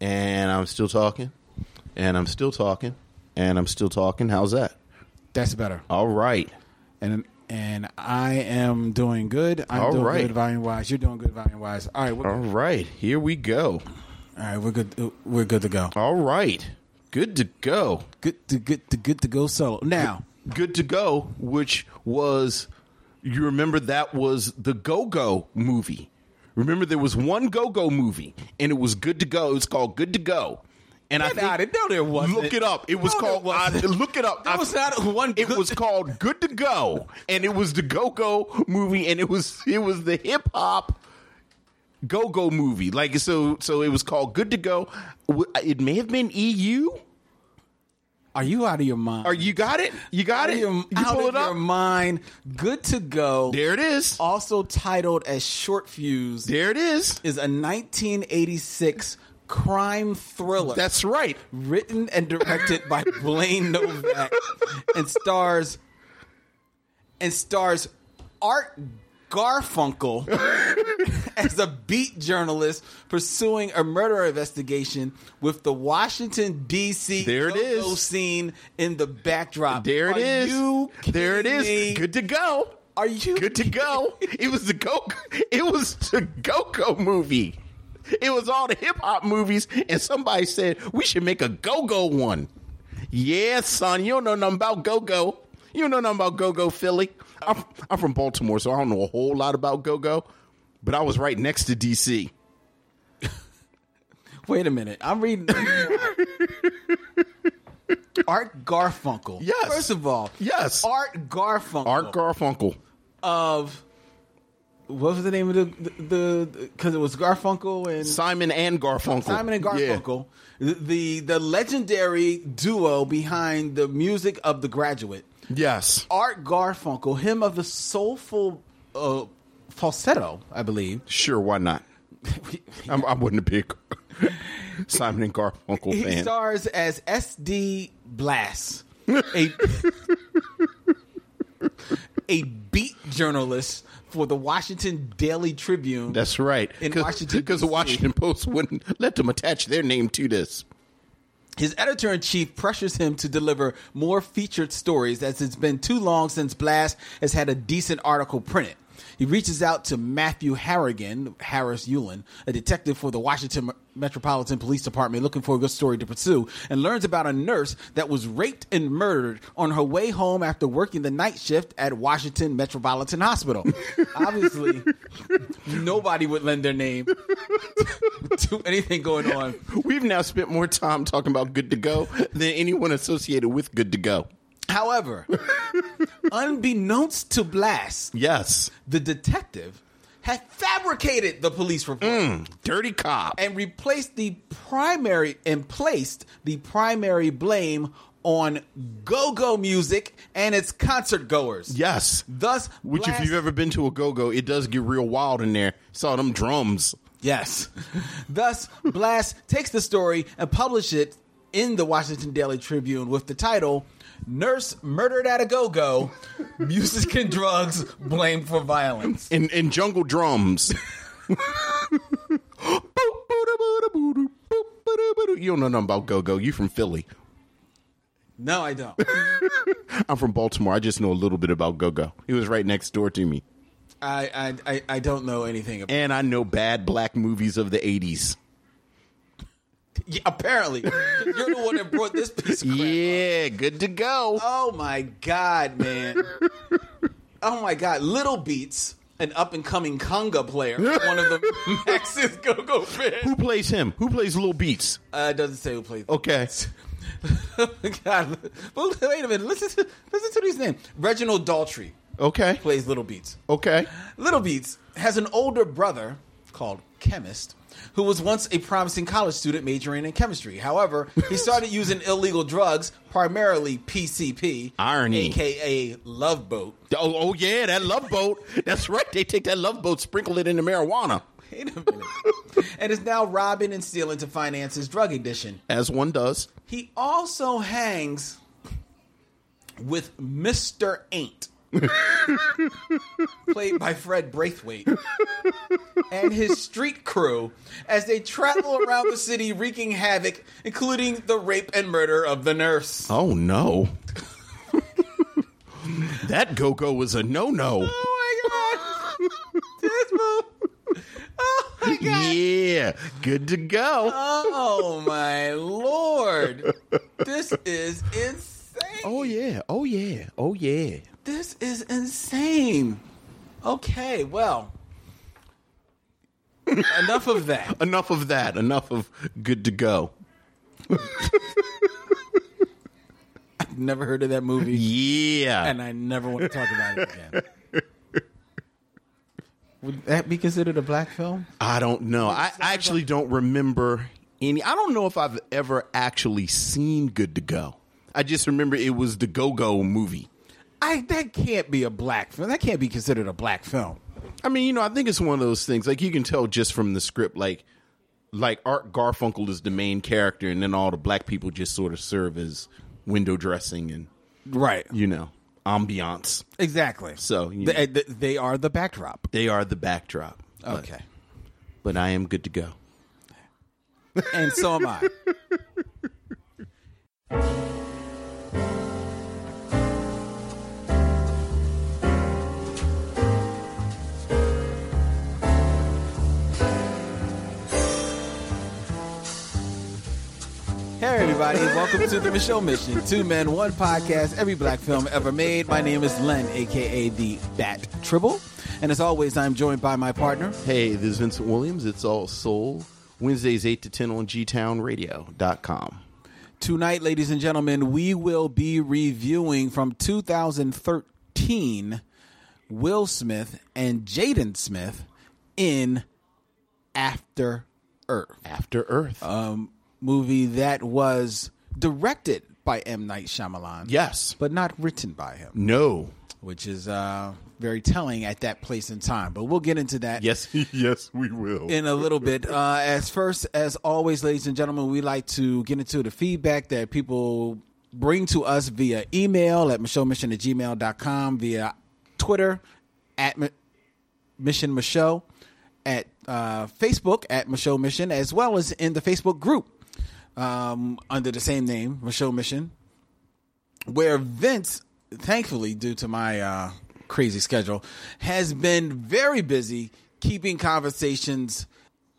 and I'm still talking, and I'm still talking, and I'm still talking. How's that? That's better. All right. And and I am doing good. I'm All doing right. good volume wise. You're doing good volume wise. All right, we're, All right. Here we go. all right, we're good. We're good to go. All right. Good to go. Good to good to good to go solo now. Good to go, which was you remember that was the Go Go movie. Remember there was one Go Go movie and it was Good to Go. It was called Good to Go. And Get I outta- think, no, there wasn't. Look it up. It was No, there called I, wasn't. look it up. There I- was not one It Good- was called Good to Go. And it was the Go Go movie and it was it was the hip hop Go Go movie. Like so so it was called Good to Go. W- It may have been EU. Are you out of your mind? Are you got it? You got out it? of your, You out pull of it up? your mind? Good to go. There it is. Also titled as Short Fuse There it is. is a 1986 crime thriller. That's right. written and directed by Blaine Novak and stars and stars Art Garfunkel as a beat journalist pursuing a murder investigation with the Washington D.C. There it is. go-go scene in the backdrop. There it Are is. You there it is. kidding me? Good to go. Are you Good to go. it was the go. It was the Go-Go movie. It was all the hip hop movies, and somebody said we should make a go-go one. Yeah, son, you don't know nothing about go-go. You don't know nothing about go-go Philly. I'm, I'm from Baltimore, so I don't know a whole lot about go-go, but I was right next to DC. Wait a minute. I'm reading. Art Garfunkel. Yes. First of all, Yes. Art Garfunkel. Art Garfunkel. of what was the name of the the because it was Garfunkel and Simon and Garfunkel. Simon and Yeah. Garfunkel, the, the the legendary duo behind the music of The Graduate. Yes. Art Garfunkel, him of the soulful uh, falsetto, I believe. Sure, why not? I'm, I wouldn't have big Simon and Garfunkel He fan. stars as SD Blast, a a beat journalist for the Washington Daily Tribune. That's right. In Washington, because the DC. Washington Post wouldn't let them attach their name to this. His editor in chief pressures him to deliver more featured stories as it's been too long since Blast has had a decent article printed. He reaches out to Matthew Harrigan, Harris Yulin, a detective for the Washington Metropolitan Police Department looking for a good story to pursue, and learns about a nurse that was raped and murdered on her way home after working the night shift at Washington Metropolitan Hospital. Obviously, nobody would lend their name to anything going on We've now spent more time talking about Good to Go than anyone associated with Good to Go. However, unbeknownst to Blast, Yes. the detective had fabricated the police report Mm. Dirty cop. and replaced the primary and placed the primary blame on go-go music and its concert goers. yes. Thus, Which, Blast- if you've ever been to a go go, it does get real wild in there. Saw them drums. Yes. Thus, Blast takes the story and publish it in the Washington Daily Tribune with the title Nurse Murdered at a Go-Go, Music and Drugs Blamed for Violence. and, and jungle drums. you don't know nothing about go go. You from Philly. No, I don't. I'm from Baltimore. I just know a little bit about go go. He was right next door to me, I, I, I, I don't know anything about and I know bad black movies of the '80s. yeah, Apparently, you're the one that brought this piece of crap. Yeah, good to go. Oh my God, man. Oh my God. Little Beats, an up and coming conga player, one of the Max's Go Go fans. Who plays him? Who plays Lil Beats? Uh, doesn't say who plays. Okay, God. But wait a minute. Listen to, listen to these names. Reginald Daltrey okay, plays Little Beats. okay. Little Beats has an older brother called Chemist who was once a promising college student majoring in chemistry. However, he started using illegal drugs, primarily PCP, Irony. aka Love Boat. Oh, oh yeah, that love boat. That's right. They take that love boat, sprinkle it in the marijuana, Wait a minute. and is now robbing and stealing to finance his drug addiction. as one does. He also hangs with Mr. Ain't, played by Fred Braithwaite, and his street crew as they travel around the city wreaking havoc, including the rape and murder of the nurse. Oh no. that go go was a no no. Oh my god! This move. Oh my god! Yeah, good to go. Oh my lord! This is insane. Oh yeah, oh yeah, oh yeah. This is insane. Okay, well, enough of that. Enough of that. Enough of good to go. Never heard of that movie, Yeah. and I never want to talk about it again. Would that be considered a black film? I don't know. I actually don't remember any. I don't know if I've ever actually seen Good to Go. I just remember it was the Go Go movie. I that can't be a black film. That can't be considered a black film. I mean, you know, I think it's one of those things. Like you can tell just from the script, like like Art Garfunkel is the main character, and then all the black people just sort of serve as window dressing and Right. you know ambiance. Exactly. So you know, They, they- they are the backdrop. they are the backdrop. But- Okay. but I am good to go. and so am I. Hey everybody, welcome to the Michelle Mission. Two men, one podcast, every black film ever made. My name is Len, aka the Bat Tribble. And as always, I'm joined by my partner, Hey, this is Vincent Williams. It's all soul. Wednesdays 8 to 10 on gtownradio.com. Tonight, ladies and gentlemen, we will be reviewing from 2013 Will Smith and Jaden Smith in After Earth. After Earth. Movie that was directed by M. Night Shyamalan. yes. But not written by him, No. which is uh, very telling at that place and time. But we'll get into that Yes. yes, we will. in a little bit. Uh, as first, as always, ladies and gentlemen, we like to get into the feedback that people bring to us via email at michellemission at gmail.com, via Twitter at Mi- Mission Michelle, at uh, Facebook at Michelle Mission, as well as in the Facebook group um, under the same name, Michelle Mission, where Vince, thankfully, due to my uh, crazy schedule, has been very busy keeping conversations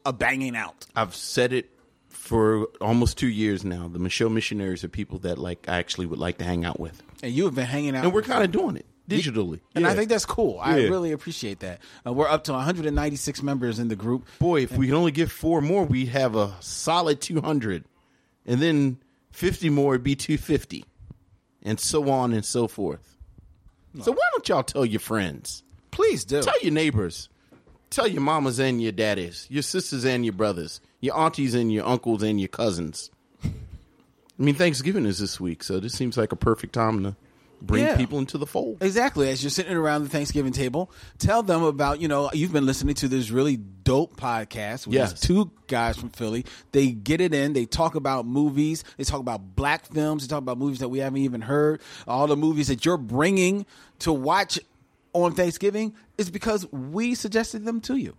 a banging out. I've said it for almost two years now. The Michelle Missionaries are people that like I actually would like to hang out with. And you have been hanging out. And we're with- kind of doing it digitally. and I Yeah. think that's cool. I Yeah. really appreciate that. Uh, we're up to 196 members in the group. boy, if we could only get four more, we'd have a solid 200. And then 50 more would be 250. And so on and so forth. So why don't y'all tell your friends? Please do. Tell your neighbors. Tell your mamas and your daddies, your sisters and your brothers, your aunties and your uncles and your cousins. I mean, Thanksgiving is this week, so this seems like a perfect time to bring Yeah. people into the fold. Exactly. As you're sitting around the Thanksgiving table, tell them about, you know, you've been listening to this really dope podcast with Yes. these two guys from Philly. They get it in. They talk about movies. They talk about black films. They talk about movies that we haven't even heard. All the movies that you're bringing to watch on Thanksgiving is because we suggested them to you.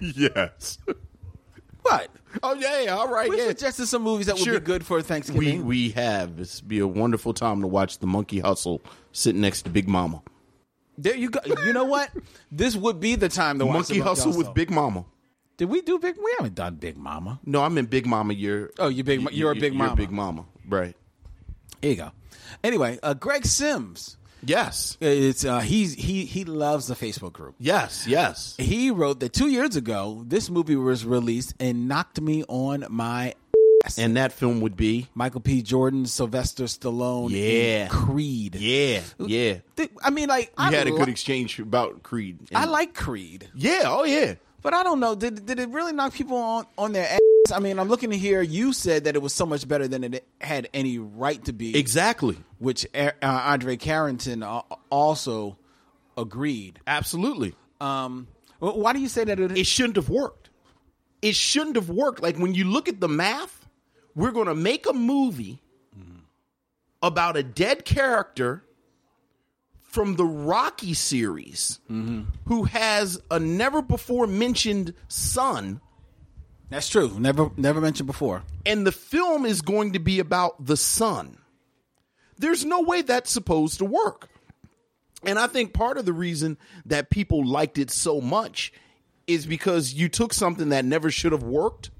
yes. What? Oh yeah. All right. We yeah. suggested some movies that Sure. would be good for we Thanksgiving. we have. It's be a wonderful time to watch the Monkey Hustle sitting next to Big Mama. there you go. You know what? This would be the time to watch Monkey the Hustle with Hustle. Big Mama. Did we do Big? We haven't done Big Mama. No, I'm in Big Mama. You're Oh, you're Big Ma- you're a Big Mama. Big Mama, right? Here you go. Anyway, uh, Greg Sims. Yes, It's uh, he's he he loves the Facebook group. yes, yes. He wrote that two years ago, this movie was released and knocked me on my And that film would be Michael P. Jordan, Sylvester Stallone, Yeah. and Creed. yeah, yeah. Th- I mean, like I We had a good li- exchange about Creed. And- I like Creed, yeah, oh yeah. but I don't know. Did did it really knock people on on their ass? I mean, I'm looking to hear you said that it was so much better than it had any right to be, Exactly. which uh, Andre Carrington uh, also agreed. Absolutely. Um, wh- why do you say that? It, It shouldn't have worked. It shouldn't have worked. Like when you look at the math, we're going to Mm-hmm. make a movie about a dead character from the Rocky series who has a never before mentioned son, That's true. Never never mentioned before. and the film is going to be about the son. There's no way that's supposed to work. And I think part of the reason that people liked it so much is because you took something that never should have worked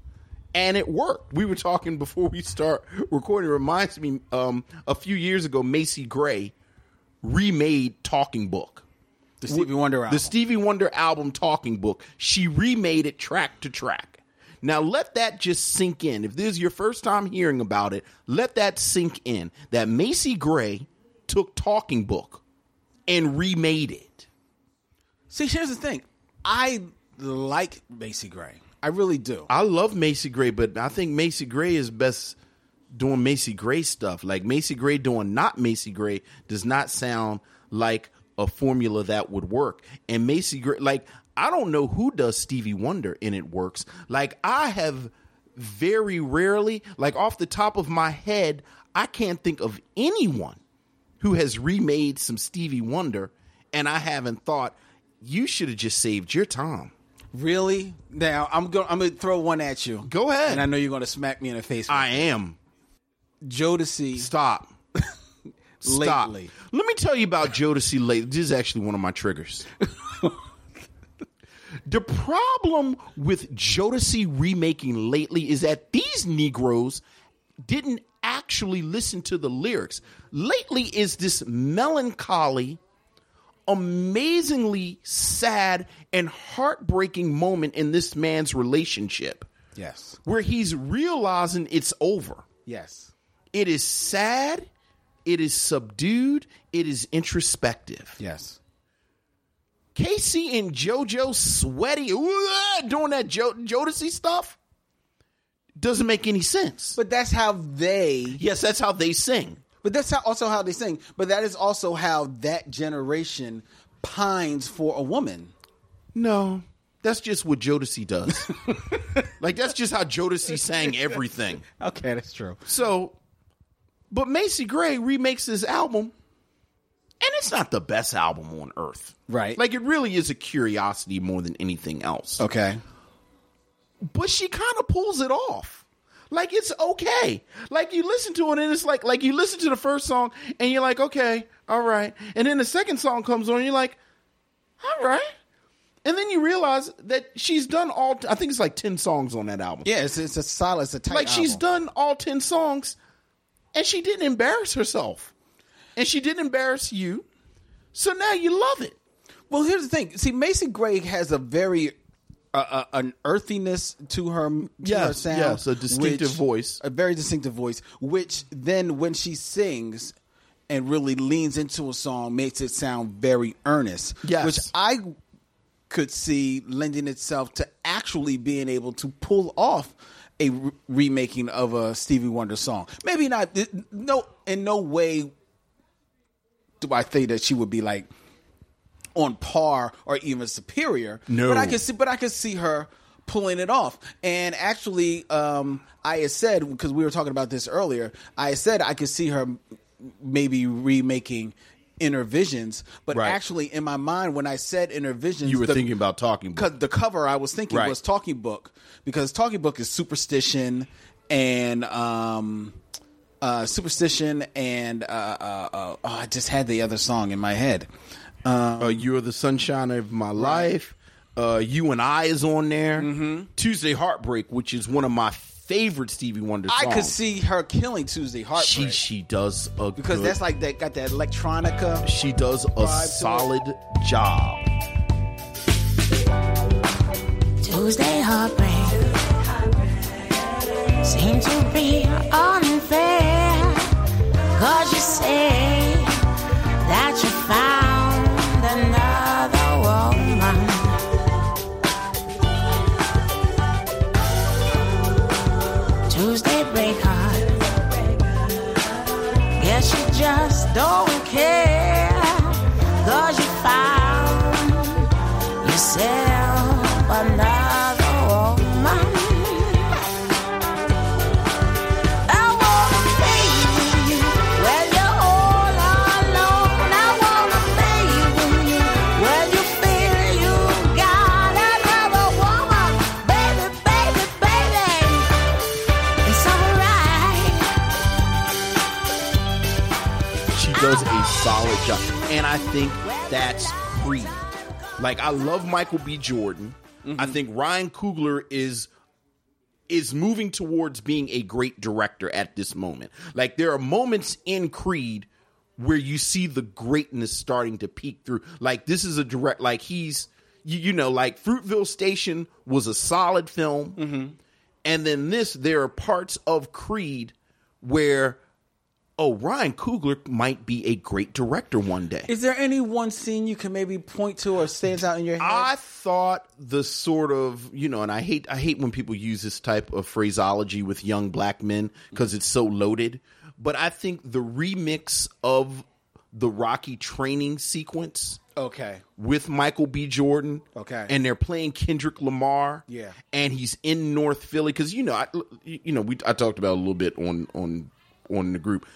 and it worked. We were talking before we start recording. It reminds me um, a few years ago, Macy Gray remade Talking Book. The Stevie Wonder album. The Stevie Wonder album Talking Book. She remade it track to track. Now let that just sink in. If this is your first time hearing about it, let that sink in. That Macy Gray took Talking Book and remade it. See, here's the thing. I like Macy Gray. I really do. I love Macy Gray, but I think Macy Gray is best doing Macy Gray stuff. Like Macy Gray doing not Macy Gray does not sound like a formula that would work. And Macy Gray, like I don't know who does Stevie Wonder and it works. Like I have very rarely, like off the top of my head, I can't think of anyone who has remade some Stevie Wonder, and I haven't thought you should have just saved your time. Really? Now I'm going. I'm going to throw one at you. Go ahead. And I know you're going to smack me in the face. I am. Jodeci Stop. Stop. lately. Let me tell you about Jodeci lately. This is actually one of my triggers. the problem with Jodeci remaking lately is that these Negroes didn't actually listen to the lyrics. Lately is this melancholy, amazingly sad, and heartbreaking moment in this man's relationship Yes. where he's realizing it's over. Yes. It is sad. It is subdued. It is introspective. Yes. Casey and JoJo sweaty "Ooh," doing that jo- Jodeci stuff doesn't make any sense. But that's how they. yes, that's how they sing. But that's how also how they sing. But that is also how that generation pines for a woman. No, that's just what Jodeci does. like that's just how Jodeci sang everything. Okay, that's true. So, but Macy Gray remakes this album, and it's not the best album on earth. Right. Like it really is a curiosity more than anything else. Okay. but she kind of pulls it off. Like it's okay. Like you listen to it and it's like like you listen to the first song and you're like, okay, all right. And then the second song comes on and you're like, all right. And then you realize that she's done all I think it's like ten songs on that album. Yeah, it's, it's a solid. It's a tight. like she's album. done all ten songs and she didn't embarrass herself. And she didn't embarrass you. So now you love it. Well, here's the thing. See, Mason Gray has a very uh, uh, an earthiness to her, to Yes, her sound. yes, a distinctive which- voice. a very distinctive voice. Which then, when she sings and really leans into a song, makes it sound very earnest. Yes. which I could see lending itself to actually being able to pull off a re- remaking of a Stevie Wonder song. Maybe not. No, in no way do I think that she would be like on par or even superior. No. but I can see, but I can see her pulling it off. And actually, um, I had said because we were talking about this earlier. I had said I could see her maybe remaking Inner Visions, but Right. actually, in my mind, when I said Inner Visions, the- about talking because the cover I was thinking Right. was Talking Book because Talking Book is superstition and um, uh, superstition and uh, uh, uh, oh, I just had the other song in my head. Uh, You're the sunshine of my life. Uh, you and I is on there. Mm-hmm. Tuesday Heartbreak, which is one of my favorite Stevie Wonder songs. I could see her killing Tuesday Heartbreak she she does a because good, that's like that got that electronica. she does a to it. solid job. Tuesday heartbreak seems to be unfair. Cause you say that you found another woman. Tuesday breakup. Guess you just don't care. Cause you found yourself another woman. I wanna be with you when you're all alone. I wanna be does a solid job. And I think that's Creed. Like I love Michael B. Jordan. I think Ryan Coogler is is moving towards being a great director at this moment. Like there are moments in Creed where you see the greatness starting to peek through. Like this is a direct like he's you, you know like Fruitville Station was a solid film. And then this there are parts of Creed where oh Ryan Coogler might be a great director one day. Is there any one scene you can maybe point to or stands out in your head? I thought the sort of you know, and I hate I hate when people use this type of phraseology with young black men because it's so loaded. But I think the remix of the Rocky training sequence okay. with Michael B. Jordan, Okay. and they're playing Kendrick Lamar, Yeah. and he's in North Philly because you know, I, you know, we I talked about it a little bit on on on the group.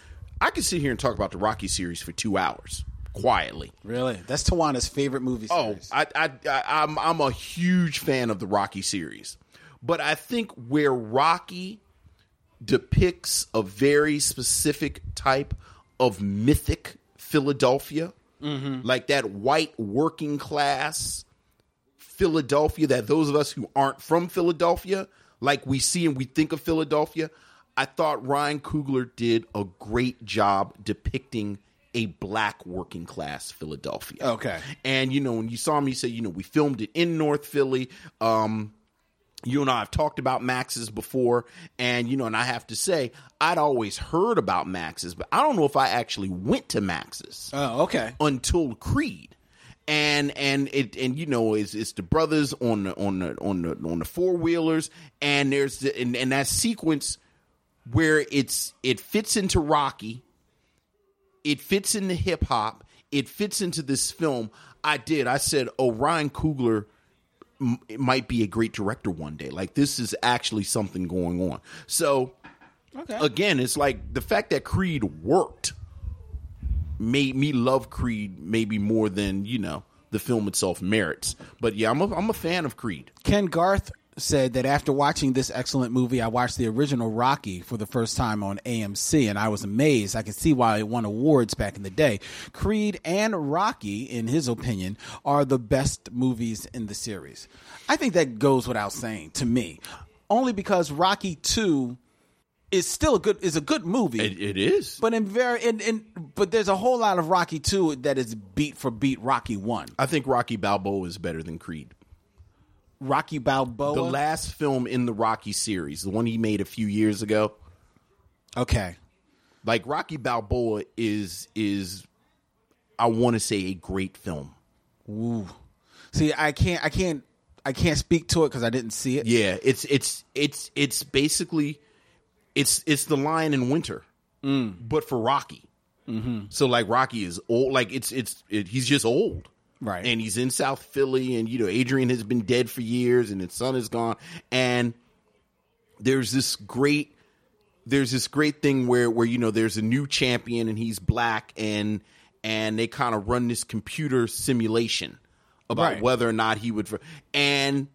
I could sit here and talk about the Rocky series for two hours quietly. Really? That's Tawana's favorite movie Oh, series. I, I, I, I'm I'm a huge fan of the Rocky series, but I think where Rocky depicts a very specific type of mythic Philadelphia, Mm-hmm. like that white working class Philadelphia that those of us who aren't from Philadelphia, like we see and we think of Philadelphia. I thought Ryan Coogler did a great job depicting a black working class Philadelphia. Okay. And you know, when you saw me say, you know, we filmed it in North Philly. Um, you and I have talked about Max's before, and you know, and I have to say, I'd always heard about Max's, but I don't know if I actually went to Max's Oh, okay. until Creed. And and it and you know it's, it's the brothers on the on the on the on the four wheelers and there's the, and, and that sequence where it's it fits into Rocky, it fits into hip hop, it fits into this film. I did. I said, oh, Ryan Coogler m- might be a great director one day. Like this is actually something going on. So Okay. again, it's like the fact that Creed worked made me love Creed maybe more than you know the film itself merits. But yeah, I'm a, I'm a fan of Creed. Ken Garth said that after watching this excellent movie, I watched the original Rocky for the first time on AMC, and I was amazed. I can see why it won awards back in the day. Creed and Rocky, in his opinion, are the best movies in the series. I think that goes without saying to me, only because Rocky Two is still a good is a good movie. It, it is. but in very in, in but there's a whole lot of Rocky two that is beat for beat Rocky one. I think Rocky Balboa is better than Creed. Rocky Balboa. The last film in the Rocky series, the one he made a few years ago, okay. like Rocky Balboa is is I want to say a great film. Ooh. See, I can't, I can't, I can't speak to it because I didn't see it. Yeah, it's it's it's it's basically it's it's the lion in winter, Mm. but for Rocky. Mm-hmm. So like Rocky is old, like it's it's it, he's just old, Right. And he's in South Philly, and you know Adrian has been dead for years, and his son is gone, and there's this great there's this great thing where where you know there's a new champion and he's black and and they kind of run this computer simulation about Right. whether or not he would and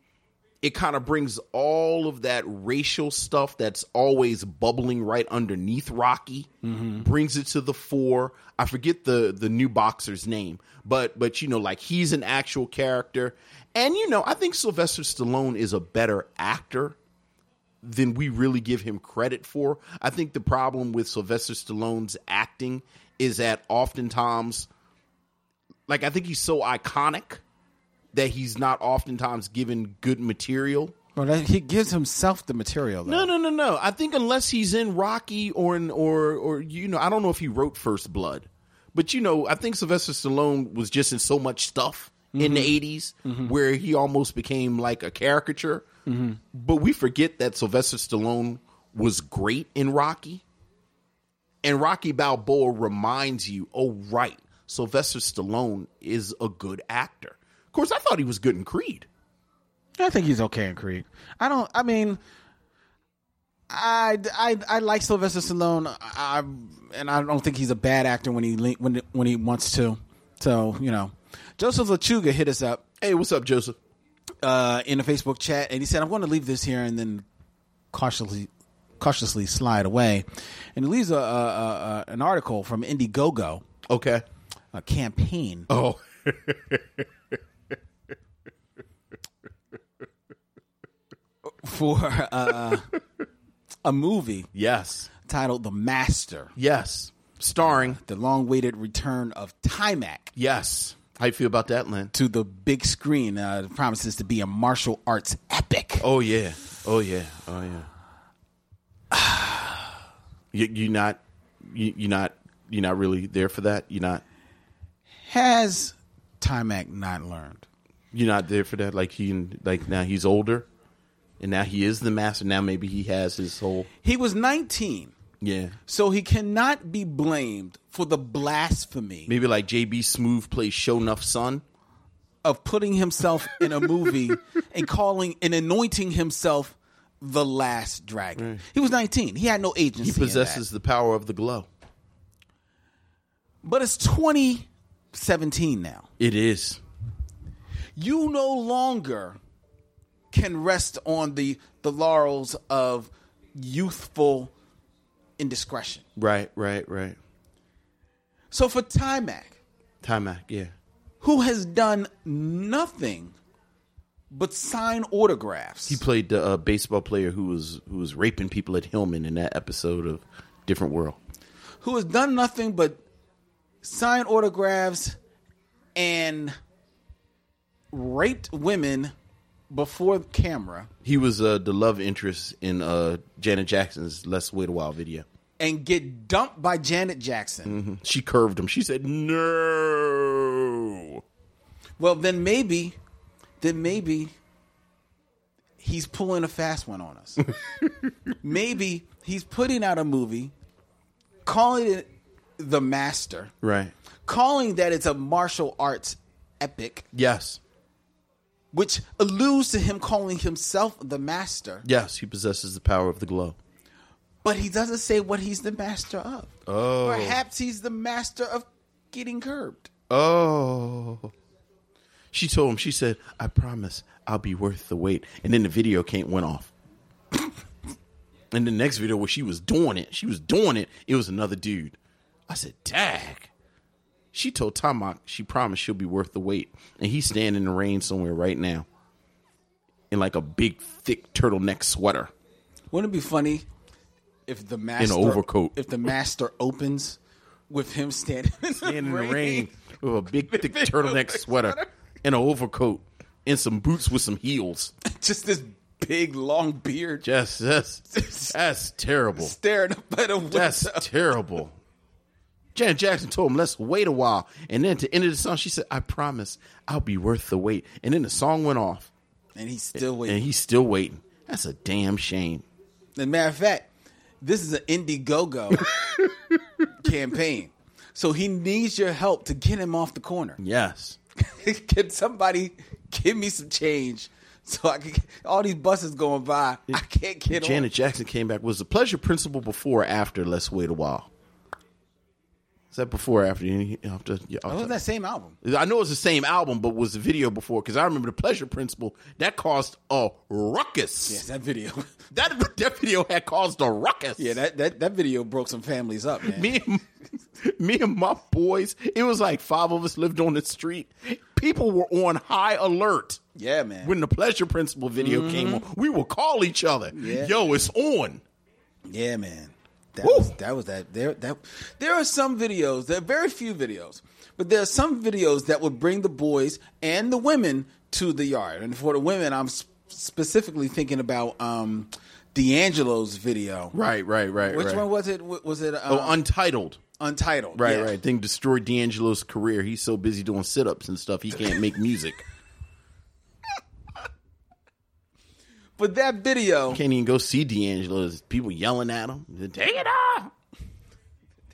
it kind of brings all of that racial stuff that's always bubbling right underneath Rocky, brings it to the fore. I forget the the new boxer's name, but but you know, like he's an actual character, and you know, I think Sylvester Stallone is a better actor than we really give him credit for. I think the problem with Sylvester Stallone's acting is that oftentimes, like, I think he's so iconic that he's not oftentimes given good material. But that- he gives himself the material. No, Though. no, no, no. I think unless he's in Rocky or in or or you know, I don't know if he wrote First Blood, but you know, I think Sylvester Stallone was just in so much stuff in the 80s where he almost became like a caricature. But we forget that Sylvester Stallone was great in Rocky. And Rocky Balboa reminds you, oh right, Sylvester Stallone is a good actor. Of course, I thought he was good in Creed. I think he's okay in Creed. I don't. I mean, I, I, I like Sylvester Stallone, I, I- and I don't think he's a bad actor when he le- when when he wants to. So you know, Joseph Lechuga hit us up Hey, what's up, Joseph? uh, in a Facebook chat, and he said, "I'm going to leave this here and then cautiously." Cautiously slide away, and he leaves a, a, a, a an article from Indiegogo Okay. a campaign. Oh. for uh, a movie Yes. titled The Master, Yes. Starring. the long awaited return of Timac Yes. How you feel about that, Lynn? to the big screen. Uh, it promises to be a martial arts epic. Oh yeah. Oh yeah. Oh yeah. you you not you you not you not really there for that? You not Has Timac not learned? you not there for that? Like he like now he's older and now he is the master. Now maybe he has his whole He was 19, Yeah. so he cannot be blamed for the blasphemy Maybe like JB Smooth plays Show Enough Son. of putting himself in a movie and calling and anointing himself the last dragon. He was 19. He had no He agency. in that. possesses the power of the glow. But it's 2017 now. It is. You no longer can rest on the the laurels of youthful indiscretion. Right, right, right. So for Timac, Time out, yeah. who has done nothing but sign autographs, He played the uh, baseball player who was who was raping people at Hillman in that episode of Different World. who has done nothing but sign autographs and raped women before camera He was uh, the love interest in uh, Janet Jackson's "Let's Wait a While" video. and get dumped by Janet Jackson. She curved him. She said, "No." Well, then maybe, then maybe he's pulling a fast one on us. maybe he's putting out a movie, calling it The Master, Right. calling that it's a martial arts epic, Yes. which alludes to him calling himself the master, Yes. He possesses the power of the glow. but he doesn't say what he's the master of. Oh. Perhaps he's the master of getting curbed. Oh. She told him. She said, "I promise, I'll be worth the wait." And then the video came went off. and the next video where she was doing it, she was doing it. It was another dude. I said, "Dag." She told Tamak she promised she'll be worth the wait, and he's standing in the rain somewhere right now, in like a big thick turtleneck sweater. Wouldn't it be funny if the master overcoat. If the master opens with him standing in the, in the rain, rain with a big thick turtleneck sweater and an overcoat and some boots with some heels. just this big long beard, just Yes, that's that's terrible. staring up at a window. That's terrible. Janet Jackson told him, "Let's wait a while," and then to the end of the song, she said, "I promise, I'll be worth the wait." And then the song went off, and he's still and waiting. he's still waiting. That's a damn shame. As a matter of fact, this is an Indiegogo campaign, so he needs your help to get him off the corner. Yes, can somebody give me some change so I can? All these buses going by, I can't get on. Janet Jackson came back. Was the pleasure principle before or after? Let's wait a while. Is that before or after? You you have to. you have It was to- that same album. I know it's the same album, but was the video before? Because I remember the Pleasure Principle that caused a ruckus. Yes, that video. That that video had caused a ruckus. Yeah, that, that, that video broke some families up, man. me and, me and my boys. It was like five of us lived on the street. People were on high alert. yeah, man. When the Pleasure Principle video came on, we would call each other. Yeah. Yo, it's on. yeah, man. That Woo! was, that was that. There that there are some videos. There are very few videos, but there are some videos that would bring the boys and the women to the yard. And for the women, I'm sp- specifically thinking about um, D'Angelo's video. Right, right, right. Which one was it? W- Was it um, Oh, Untitled. Untitled? Right, Yeah. right. Thing destroyed D'Angelo's career. He's so busy doing sit ups and stuff, he can't make music. But that video, can't even go see D'Angelo. There's people yelling at him. Take it off.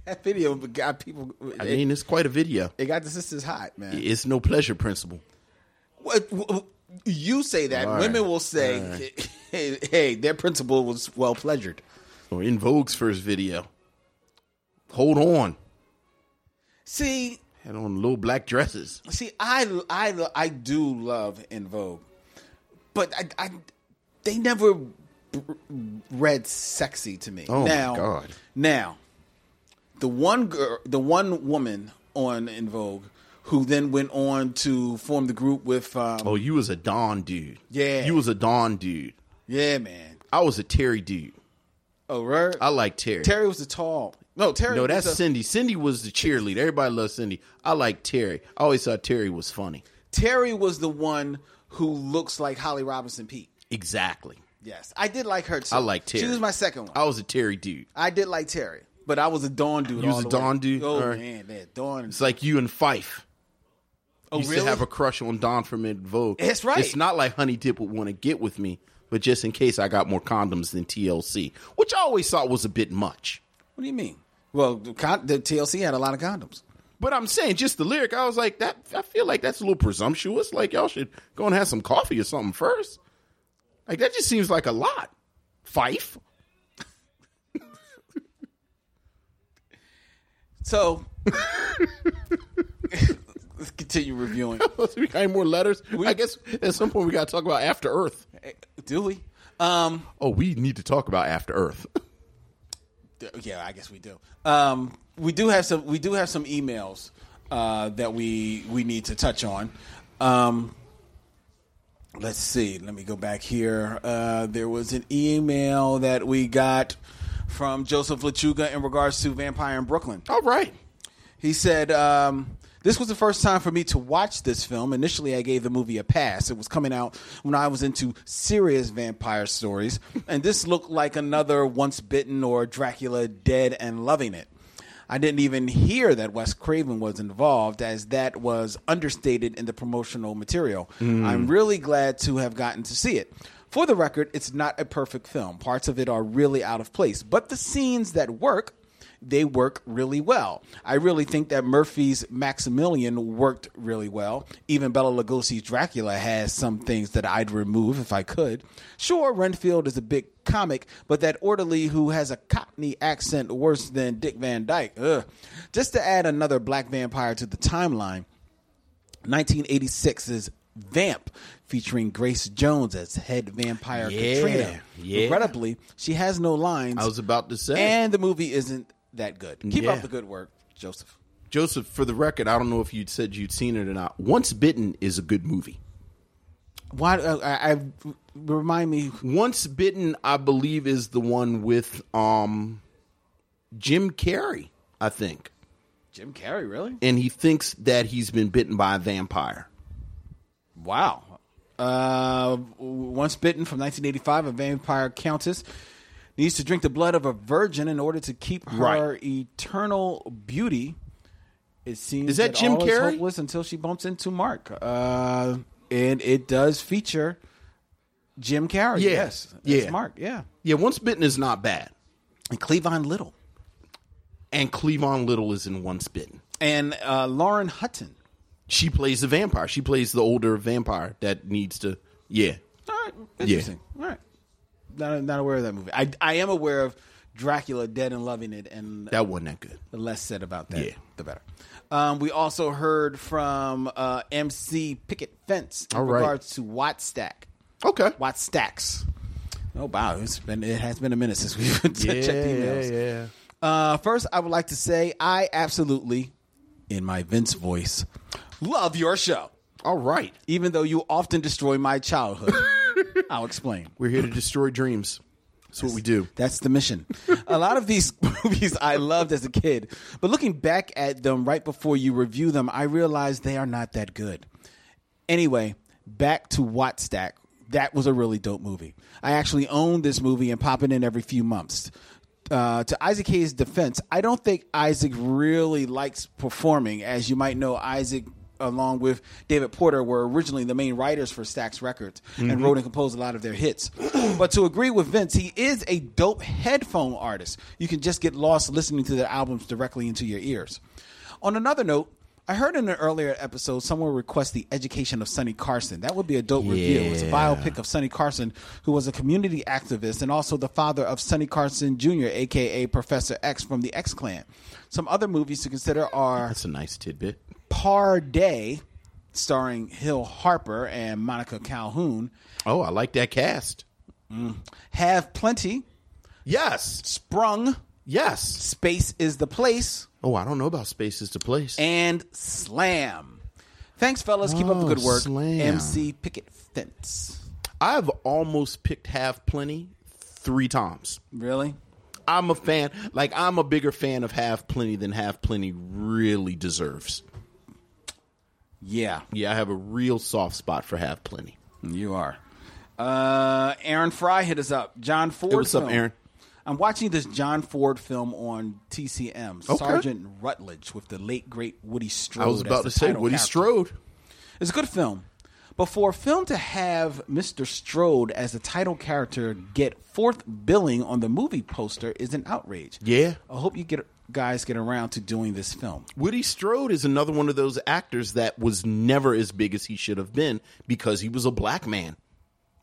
that video got people. I It, mean, it's quite a video. it got the sisters hot, man. It's no pleasure principle. What, what- you say that All women right. will say, hey, their principal was well pleasured." Or in Vogue's first video. Hold on. See, Had on little black dresses. see, I, I, I do love In Vogue, but I, I they never b- read sexy to me. Oh, my now, God. Now, the one girl, the one woman on In Vogue, who then went on to form the group with. Um, Oh, you was a Don dude. Yeah. You was a Don dude. Yeah, man. I was a Terry dude. Oh, right. I like Terry. Oh, Terry was the tall. No, Terry. No, was that's the- Cindy. Cindy was the cheerleader. Everybody loved Cindy. I like Terry. I always thought Terry was funny. Terry was the one who looks like Holly Robinson Pete. Exactly. Yes, I did like her. Too. I like Terry. Oh. She was my second one. I was a Terry dude. I did like Terry, but I was a Dawn dude. You was all a the way. Dawn dude? Oh All right. man, that Dawn. It's like you and Fife. Oh used really? to have a crush on Don from In Vogue. That's right. It's not like Honey Dip would want to get with me, but just in case I got more condoms than TLC, which I always thought was a bit much. what do you mean? Well, the, con- the TLC had a lot of condoms. But I'm saying just the lyric, I was like, that I feel like that's a little presumptuous. Like y'all should go and have some coffee or something first. Like that just seems like a lot. Fife. So let's continue reviewing. we got any more letters? I guess at some point we got to talk about After Earth. Do we? Um, Oh, we need to talk about After Earth. th- yeah, I guess we do. Um, we do have some. We do have some emails uh, that we we need to touch on. Um, let's see. Let me go back here. Uh, there was an email that we got from Joseph Lechuga in regards to Vampire in Brooklyn. All right. He said, um, This was the first time for me to watch this film. Initially, I gave the movie a pass. It was coming out when I was into serious vampire stories, and this looked like another Once Bitten or Dracula Dead and Loving It. I didn't even hear that Wes Craven was involved, as that was understated in the promotional material. I'm really glad to have gotten to see it. For the record, it's not a perfect film. Parts of it are really out of place, but the scenes that work they work really well. I really think that Murphy's Maximilian worked really well. Even Bella Lugosi's Dracula has some things that I'd remove if I could. Sure, Renfield is a big comic, but that orderly who has a Cockney accent worse than Dick Van Dyke, ugh. Just to add another black vampire to the timeline, 1986's Vamp featuring Grace Jones as head vampire Yeah, Katrina. yeah. Regrettably, she has no lines. I was about to say. And the movie isn't that good. Keep Yeah. up the good work, Joseph. Joseph, for the record, I don't know if you'd said you'd seen it or not. Once Bitten is a good movie. Why? Uh, I, I remind me. Once Bitten, I believe, is the one with um Jim Carrey, I think. Jim Carrey, really? And he thinks that he's been bitten by a vampire. Wow. Uh, once bitten from 1985, a vampire countess needs to drink the blood of a virgin in order to keep her Right. eternal beauty. It seems Is that Jim all is Carrey? hopeless until she bumps into Mark, uh, and it does feature Jim Carrey. Yeah. Yes, Yeah. That's Mark. Yeah, Yeah, Once Bitten is not bad. and Cleavon Little. And Cleavon Little is in Once Bitten. and uh, Lauren Hutton. She plays the vampire. She plays the older vampire that needs to. Yeah. All right, interesting. All right, not not aware of that movie. I I am aware of Dracula, Dead and Loving It, and That wasn't that good. the less said about that, Yeah. the better. Um, we also heard from uh, MC Picket Fence in All right. regards to Watt Stack. Okay. Watt Stacks. Oh wow, it's been it has been a minute since we've checked emails. yeah. Uh, first, I would like to say I absolutely, in my Vince voice, love your show. All right. even though you often destroy my childhood. I'll explain. We're here to destroy dreams. That's what we do. That's the mission. A lot of these movies I loved as a kid, but looking back at them right before you review them, I realized they are not that good. Anyway, back to Watt Stack. That was a really dope movie. I actually own this movie and pop it in every few months. Uh, to Isaac Hayes' defense, I don't think Isaac really likes performing. As you might know, Isaac, along with David Porter, were originally the main writers for Stax Records and wrote and composed a lot of their hits. but to agree with Vince, he is a dope headphone artist. You can just get lost listening to their albums directly into your ears. On another note, I heard in an earlier episode someone request the education of Sonny Carson. That would be a dope review. It's a biopic of Sonny Carson, who was a community activist and also the father of Sonny Carson Jr., aka Professor X from the X Clan. Some other movies to consider are That's a nice tidbit. Par Day, starring Hill Harper and Monica Calhoun, Oh, I like that cast. Have Plenty, Yes. Sprung, Yes. Space is the Place, Oh, I don't know about space is the place. and Slam. Thanks, fellas. Keep up the Oh, good work. Slam. MC Picket Fence. I've almost picked Have Plenty three times. Really? I'm a fan. Like I'm a bigger fan of Have Plenty than Have Plenty really deserves. Yeah, Yeah, I have a real soft spot for Have Plenty. you are. Uh, Aaron Fry hit us up. John Ford. what's up, film. Aaron? I'm watching this John Ford film on TCM, Okay. Sergeant Rutledge, with the late great Woody Strode. I was as about the to say title Woody character. Strode. It's a good film. But for a film to have Mr. Strode as the title character get fourth billing on the movie poster is an outrage. Yeah. I hope you get guys get around to doing this film. Woody Strode is another one of those actors that was never as big as he should have been because he was a black man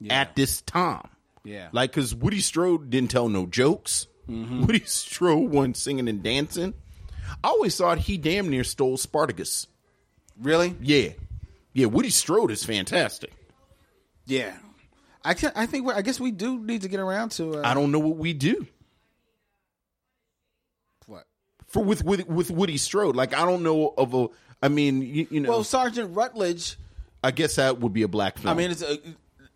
at this time. Yeah. Mm-hmm. Like, because Woody Strode didn't tell no jokes. Woody Strode wasn't singing and dancing. I always thought he damn near stole Spartacus. Really? Yeah. Yeah, Woody Strode is fantastic. Yeah. I can, I think we I guess we do need to get around to uh, I don't know what we do what. for with, with, with Woody Strode. Like, I don't know of a. I mean, you, you know, Well, Sergeant Rutledge, I guess that would be a black film. I mean, it's a,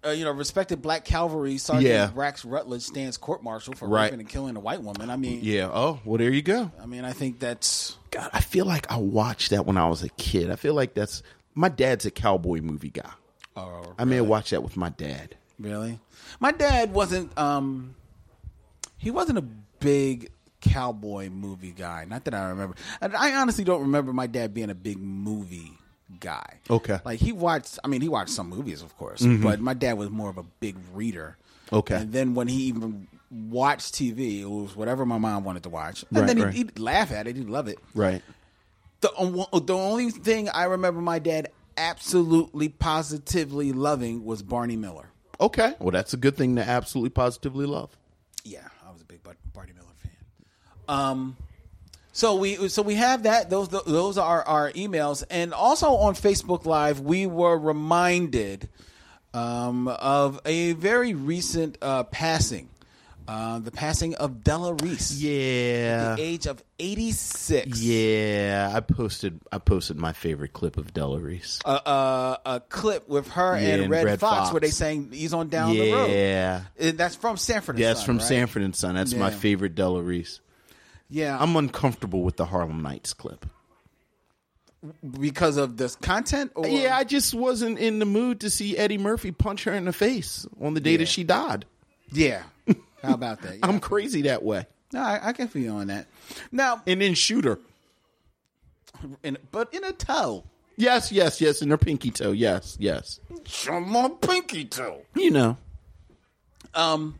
a you know respected black cavalry Sergeant Yeah. Rax Rutledge stands court martial for Right. raping and killing a white woman. I mean, yeah. Oh, well, there you go. I mean, I think that's God, I feel like I watched that when I was a kid. I feel like that's my dad's a cowboy movie guy. oh, I may have watched that with my dad. Really? My dad wasn't um he wasn't a big cowboy movie guy. Not that I remember. And I honestly don't remember my dad being a big movie guy. Okay. Mm-hmm. Like he watched I mean he watched some movies of course, but my dad was more of a big reader. Okay. And then when he even watched TV, it was whatever my mom wanted to watch. And Right, then he'd, right. he'd laugh at it, he'd love it. Right. The on- the only thing I remember my dad absolutely positively loving was Barney Miller. Okay. Well, that's a good thing to absolutely positively love. Yeah, I was a big Bar- Barty Miller fan. Um, so we so we have that. Those those are our emails, and also on Facebook Live, we were reminded um, of a very recent uh, passing, uh, the passing of Della Reese, Yeah. the age of eighty six. Yeah. I posted. I posted my favorite clip of Della Reese. A, a, a clip with her and and Red, Red Fox, Fox. where they sang "He's on Down the Road." yeah. And that's from Sanford. and Yeah, it's Son, from right? Sanford and Son. That's my Yeah. favorite Della Reese. Yeah, I'm uncomfortable with the Harlem Nights clip. because of this content. Or? Yeah, I just wasn't in the mood to see Eddie Murphy punch her in the face on the day that she died. Yeah. How about that? Yeah. I'm crazy that way. no, I, I can feel you on that. Now, And then shoot her. in, but in a toe. Yes, yes, yes, and her pinky toe. Yes, yes. Show my pinky toe. You know. Um,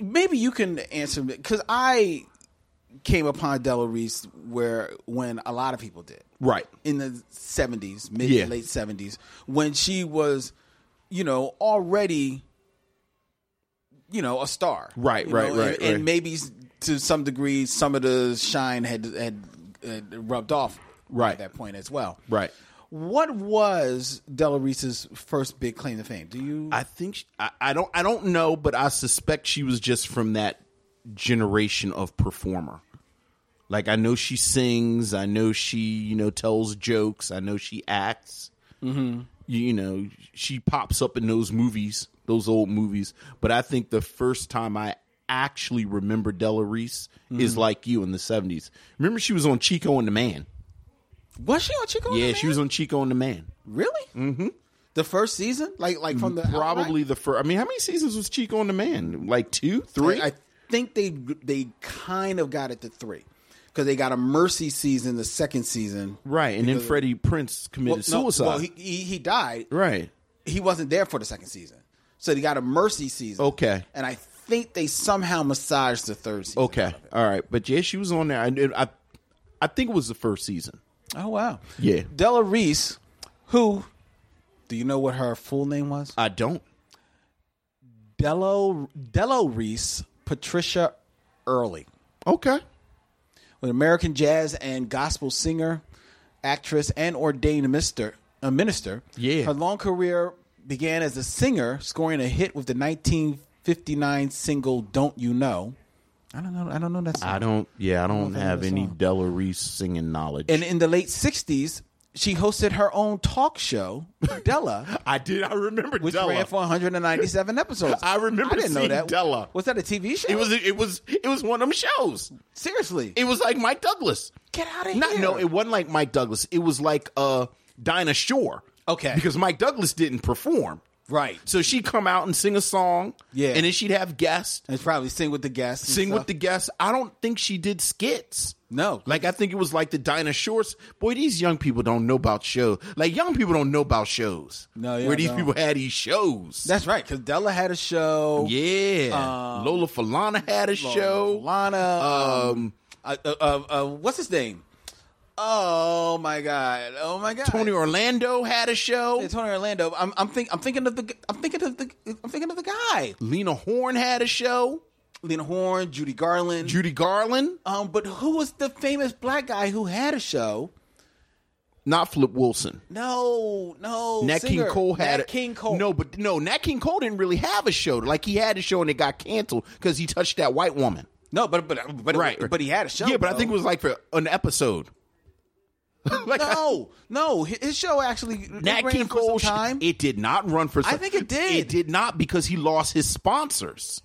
maybe you can answer me because I came upon Della Reese where when a lot of people did Right. in the seventies, mid Yeah. late seventies, when she was, you know, already, you know, a star. Right, You right, know, right, and, and right. maybe s- to some degree, some of the shine had had, had rubbed off. Right. at that point as well. Right. What was Della Reese's first big claim to fame? Do you? I think she, I, I don't I don't know, but I suspect she was just from that generation of performer. Like I know she sings, I know she, you know, tells jokes, I know she acts. Mm-hmm. You, you know, she pops up in those movies, those old movies. But I think the first time I actually remember Della Reese is like you in the seventies. Remember she was on Chico and the Man. was she on Chico? Yeah, she was on Chico and Oh, the Man. really. Mm-hmm. The first season, like like from the Mm-hmm. Probably the first. I mean, how many seasons was Chico and the Man? Like two, three. I, I think they they kind of got it to three because they got a mercy season, the second season. right, and then Freddie Prince Well, committed no, suicide. well, he, he he died. right. He wasn't there for the second season, so they got a mercy season. Okay. and I think they somehow massaged the third season. out Okay. of it. All right. But yeah, she was on there. I knew- I, I think it was the first season. Oh wow. Yeah. Della Reese, who do you know what her full name was? I don't. Dello Dello Reese Patricia Early. Okay. an American jazz and gospel singer, actress, and ordained minister. A minister. Yeah. Her long career began as a singer, scoring a hit with the 1959 single "Don't You Know," I don't know. I don't know that song. I don't. Yeah, I don't think I know have the any song. Della Reese singing knowledge. And in the late '60s, she hosted her own talk show, Della, I did. I remember which Della. ran for 197 episodes. I remember I didn't know seeing that. Della. Was that a TV show? it was. It was. It was one of them shows. seriously. It was like Mike Douglas. Get out of Not, here. no, it wasn't like Mike Douglas. It was like uh, Dinah Shore. Okay. Because Mike Douglas didn't perform. right. So she'd come out and sing a song. Yeah. And then she'd have guests. And it's probably sing with the guests. and Sing stuff. with the guests. I don't think she did skits. no. Like I think it was like the Dinah Shores. Boy, these young people don't know about shows. Like young people don't know about shows. No, yeah, where these no. people had these shows. That's right, because Della had a show. yeah, Um, Lola Falana had a show. Lana. um, uh, uh, uh, uh, what's his name? Oh my god! Oh my god! Tony Orlando had a show. Yeah, Tony Orlando. I'm, I'm think I'm thinking of the g- I'm thinking of the I'm thinking of the guy. Lena Horne had a show. Lena Horne, Judy Garland. Judy Garland, um, but who was the famous black guy who had a show? not Flip Wilson. No, no. Nat singer. King Cole had Nat a- King Cole. No, but no, Nat King Cole didn't really have a show. Like he had a show and it got canceled because he touched that white woman. no, but but but But he had a show. Yeah, but I though. think it was like for an episode. like I- no, no. hi- His show actually it Nat ran King for some Cole, sh- time. it did not run for. I some- think it did. It did not because he lost his sponsors.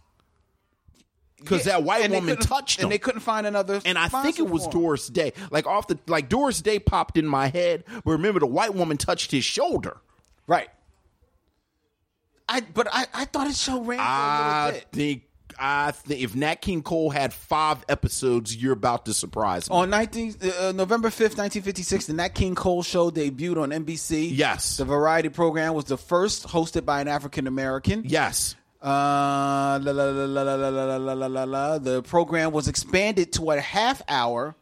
Because Yeah, that white and they woman couldn't- touched him, and they couldn't find another. and I think sponsor it was for him. Doris Day. Like off the like Doris Day popped in my head, but remember the white woman touched his shoulder. Right. I but I, I thought his show ran for a little I bit. think I think if Nat King Cole had five episodes, you're about to surprise me. On 19, uh, November 5th, 1956, the Nat King Cole Show debuted on NBC. Yes. The variety program was the first hosted by an African American. yes, Uh, la, la, la, la, la, la, la, la, la, la, la. The program was expanded to a half hour.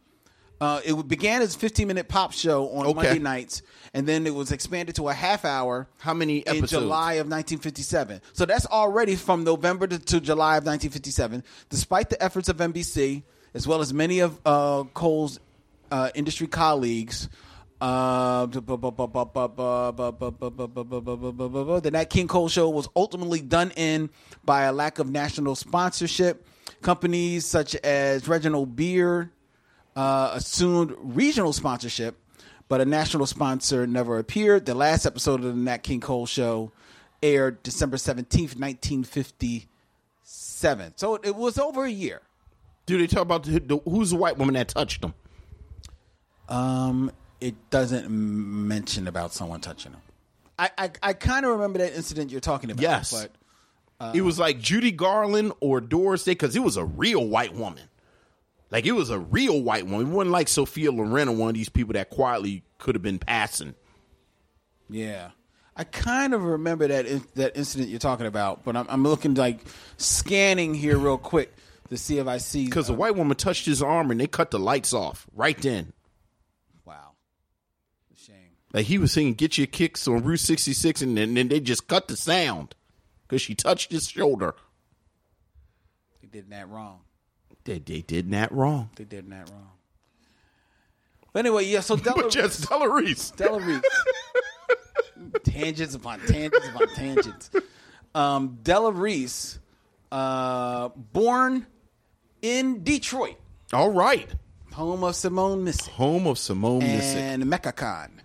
Uh, it began as a 15 minute pop show on Okay. Monday nights, and then it was expanded to a half hour. How many In episodes? July of 1957. So that's already from November to, to July of 1957. Despite the efforts of NBC, as well as many of uh, Cole's uh, industry colleagues, uh, the Nat King Cole show was ultimately done in by a lack of national sponsorship. Companies such as Reginald Beer uh, assumed regional sponsorship, but a national sponsor never appeared. The last episode of the Nat King Cole show aired December 17th, 1957. So it was over a year. do they talk about the, the, who's the white woman that touched him? Um, it doesn't m- mention about someone touching him. I, I, I kind of remember that incident you're talking about. Yes. But it was like Judy Garland or Doris Day because it was a real white woman. Like it was a real white woman. It wasn't like Sophia Loren or one of these people that quietly could have been passing. yeah. I kind of remember that in, that incident you're talking about, but I'm, I'm looking like scanning here real quick to see if I see Because a white woman touched his arm and they cut the lights off right then. Wow. Shame. Like he was singing "Get Your Kicks" on Route 66, and then, then they just cut the sound because she touched his shoulder. They did that wrong. They, they did that wrong. They did that wrong. But anyway, yeah, so Della, But just Della Reese. Della Reese. tangents upon tangents upon tangents. Um, Della Reese, uh, born in Detroit, All right, home of Simone Missy home of Simone Missick. and Mecca Khan.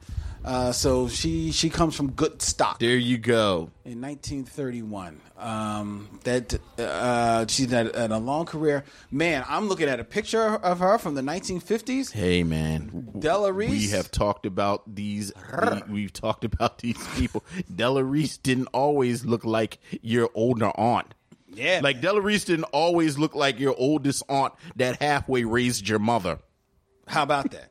Uh, so she she comes from good stock. There you go. In 1931, um, that uh, she's had, had a long career. Man, I'm looking at a picture of her from the 1950s. Hey man, Della We Reese? have talked about these. We, we've talked about these people. Della Reese didn't always look like your older aunt. Yeah, Like Della Reese didn't always look like your oldest aunt that halfway raised your mother. How about that?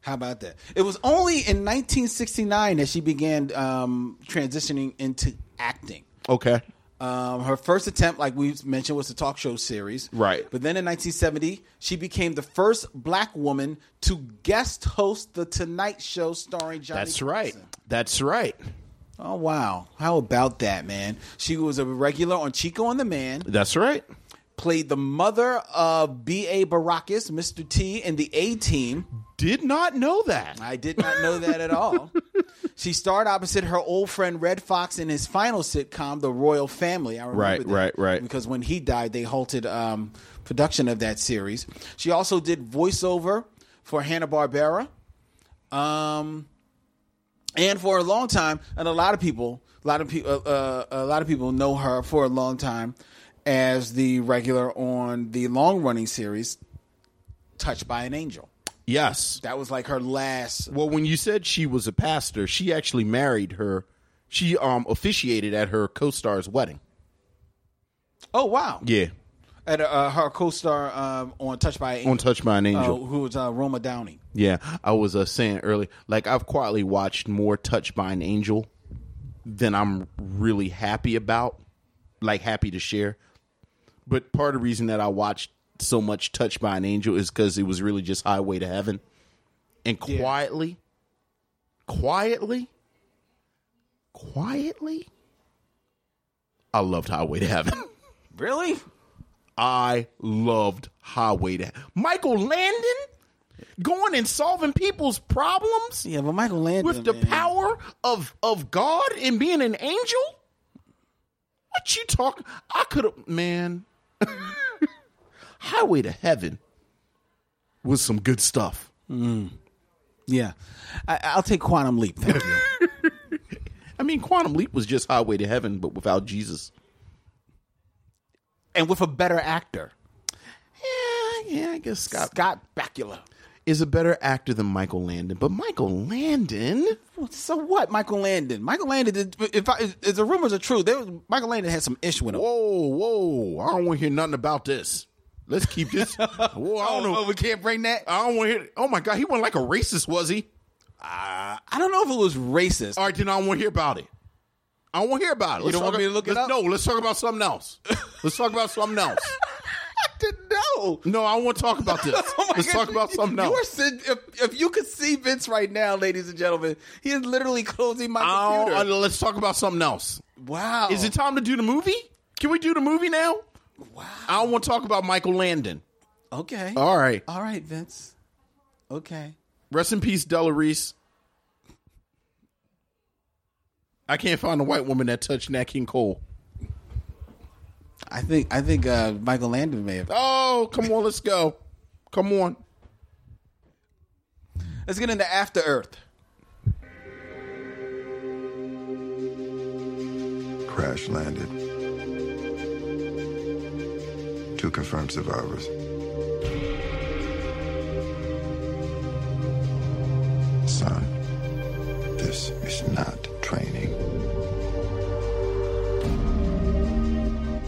How about that? It was only in 1969 that she began um, transitioning into acting. Okay. Um, her first attempt, like we mentioned, was the talk show series. Right. But then in 1970, she became the first black woman to guest host The Tonight Show starring Johnny That's right. Carson. That's right. Oh, wow. How about that, man? She was a regular on Chico and the Man, That's right. played the mother of B.A. Baracus, Mr. T, in the A Team. Did not know that. I did not know that at all. She starred opposite her old friend Red Fox in his final sitcom, The Royal Family. I remember Right, that. right, right. Because when he died, they halted um, production of that series. She also did voiceover for Hanna Barbera, um, and for a long time, and a lot of people, a lot of people, uh, uh, a lot of people know her for a long time as the regular on the long-running series, Touched by an Angel. Yes. That was like her last Well, when you said she was a pastor, she actually married her. She um officiated at her co-star's wedding. Oh wow! Yeah, At uh, her co-star um, on Touched by an on Angel, Touched by an uh, Angel. who was uh, Roma Downey. Yeah, I was uh, saying earlier, like I've quietly watched more Touched by an Angel than I'm really happy about, like happy to share. But part of the reason that I watched so much Touched by an Angel is because it was really just Highway to Heaven, and Yeah. quietly, quietly, quietly, I loved Highway to Heaven. Really? I loved Highway to Michael Landon going and solving people's problems Yeah, but Michael Landon with the man. power of of God and being an angel. What you talking? I could have man. Highway to Heaven was some good stuff. Yeah, I, I'll take Quantum Leap. Thank you. I mean, Quantum Leap was just Highway to Heaven, but without Jesus. and with a better actor, Yeah, yeah, I guess Scott Scott Bakula. is a better actor than Michael Landon, but Michael Landon. So what, Michael Landon? Michael Landon, did, if, I, if the rumors are true, there was, Michael Landon had some ish with him. Whoa, whoa! I don't want to hear nothing about this. Let's keep this. Whoa, I don't know. we can't bring that. I don't want to hear. Oh my god, he wasn't like a racist, was he? I don't know if it was racist. All right, then I don't want to hear about it. I don't want to hear about it. Let's don't talk want me to ab- look it let's- up? No, let's talk about something else. let's talk about something else. didn't know. No, I want to talk about this. Oh my let's talk goodness. about something You are, else. sit- if, if you could see Vince right now, ladies and gentlemen, he is literally closing my I don't- computer. uh, let's talk about something else. wow. Is it time to do the movie? Can we do the movie now? Wow. I don't want to talk about Michael Landon. Okay. All right. All right, Vince. Okay. Rest in peace, Della Reese. I can't find a white woman that touched Nat King Cole. I think I think uh, Michael Landon may have. Oh, come on, let's go. Come on. Let's get into After Earth. crash landed. Two confirmed survivors. Son, this is not training.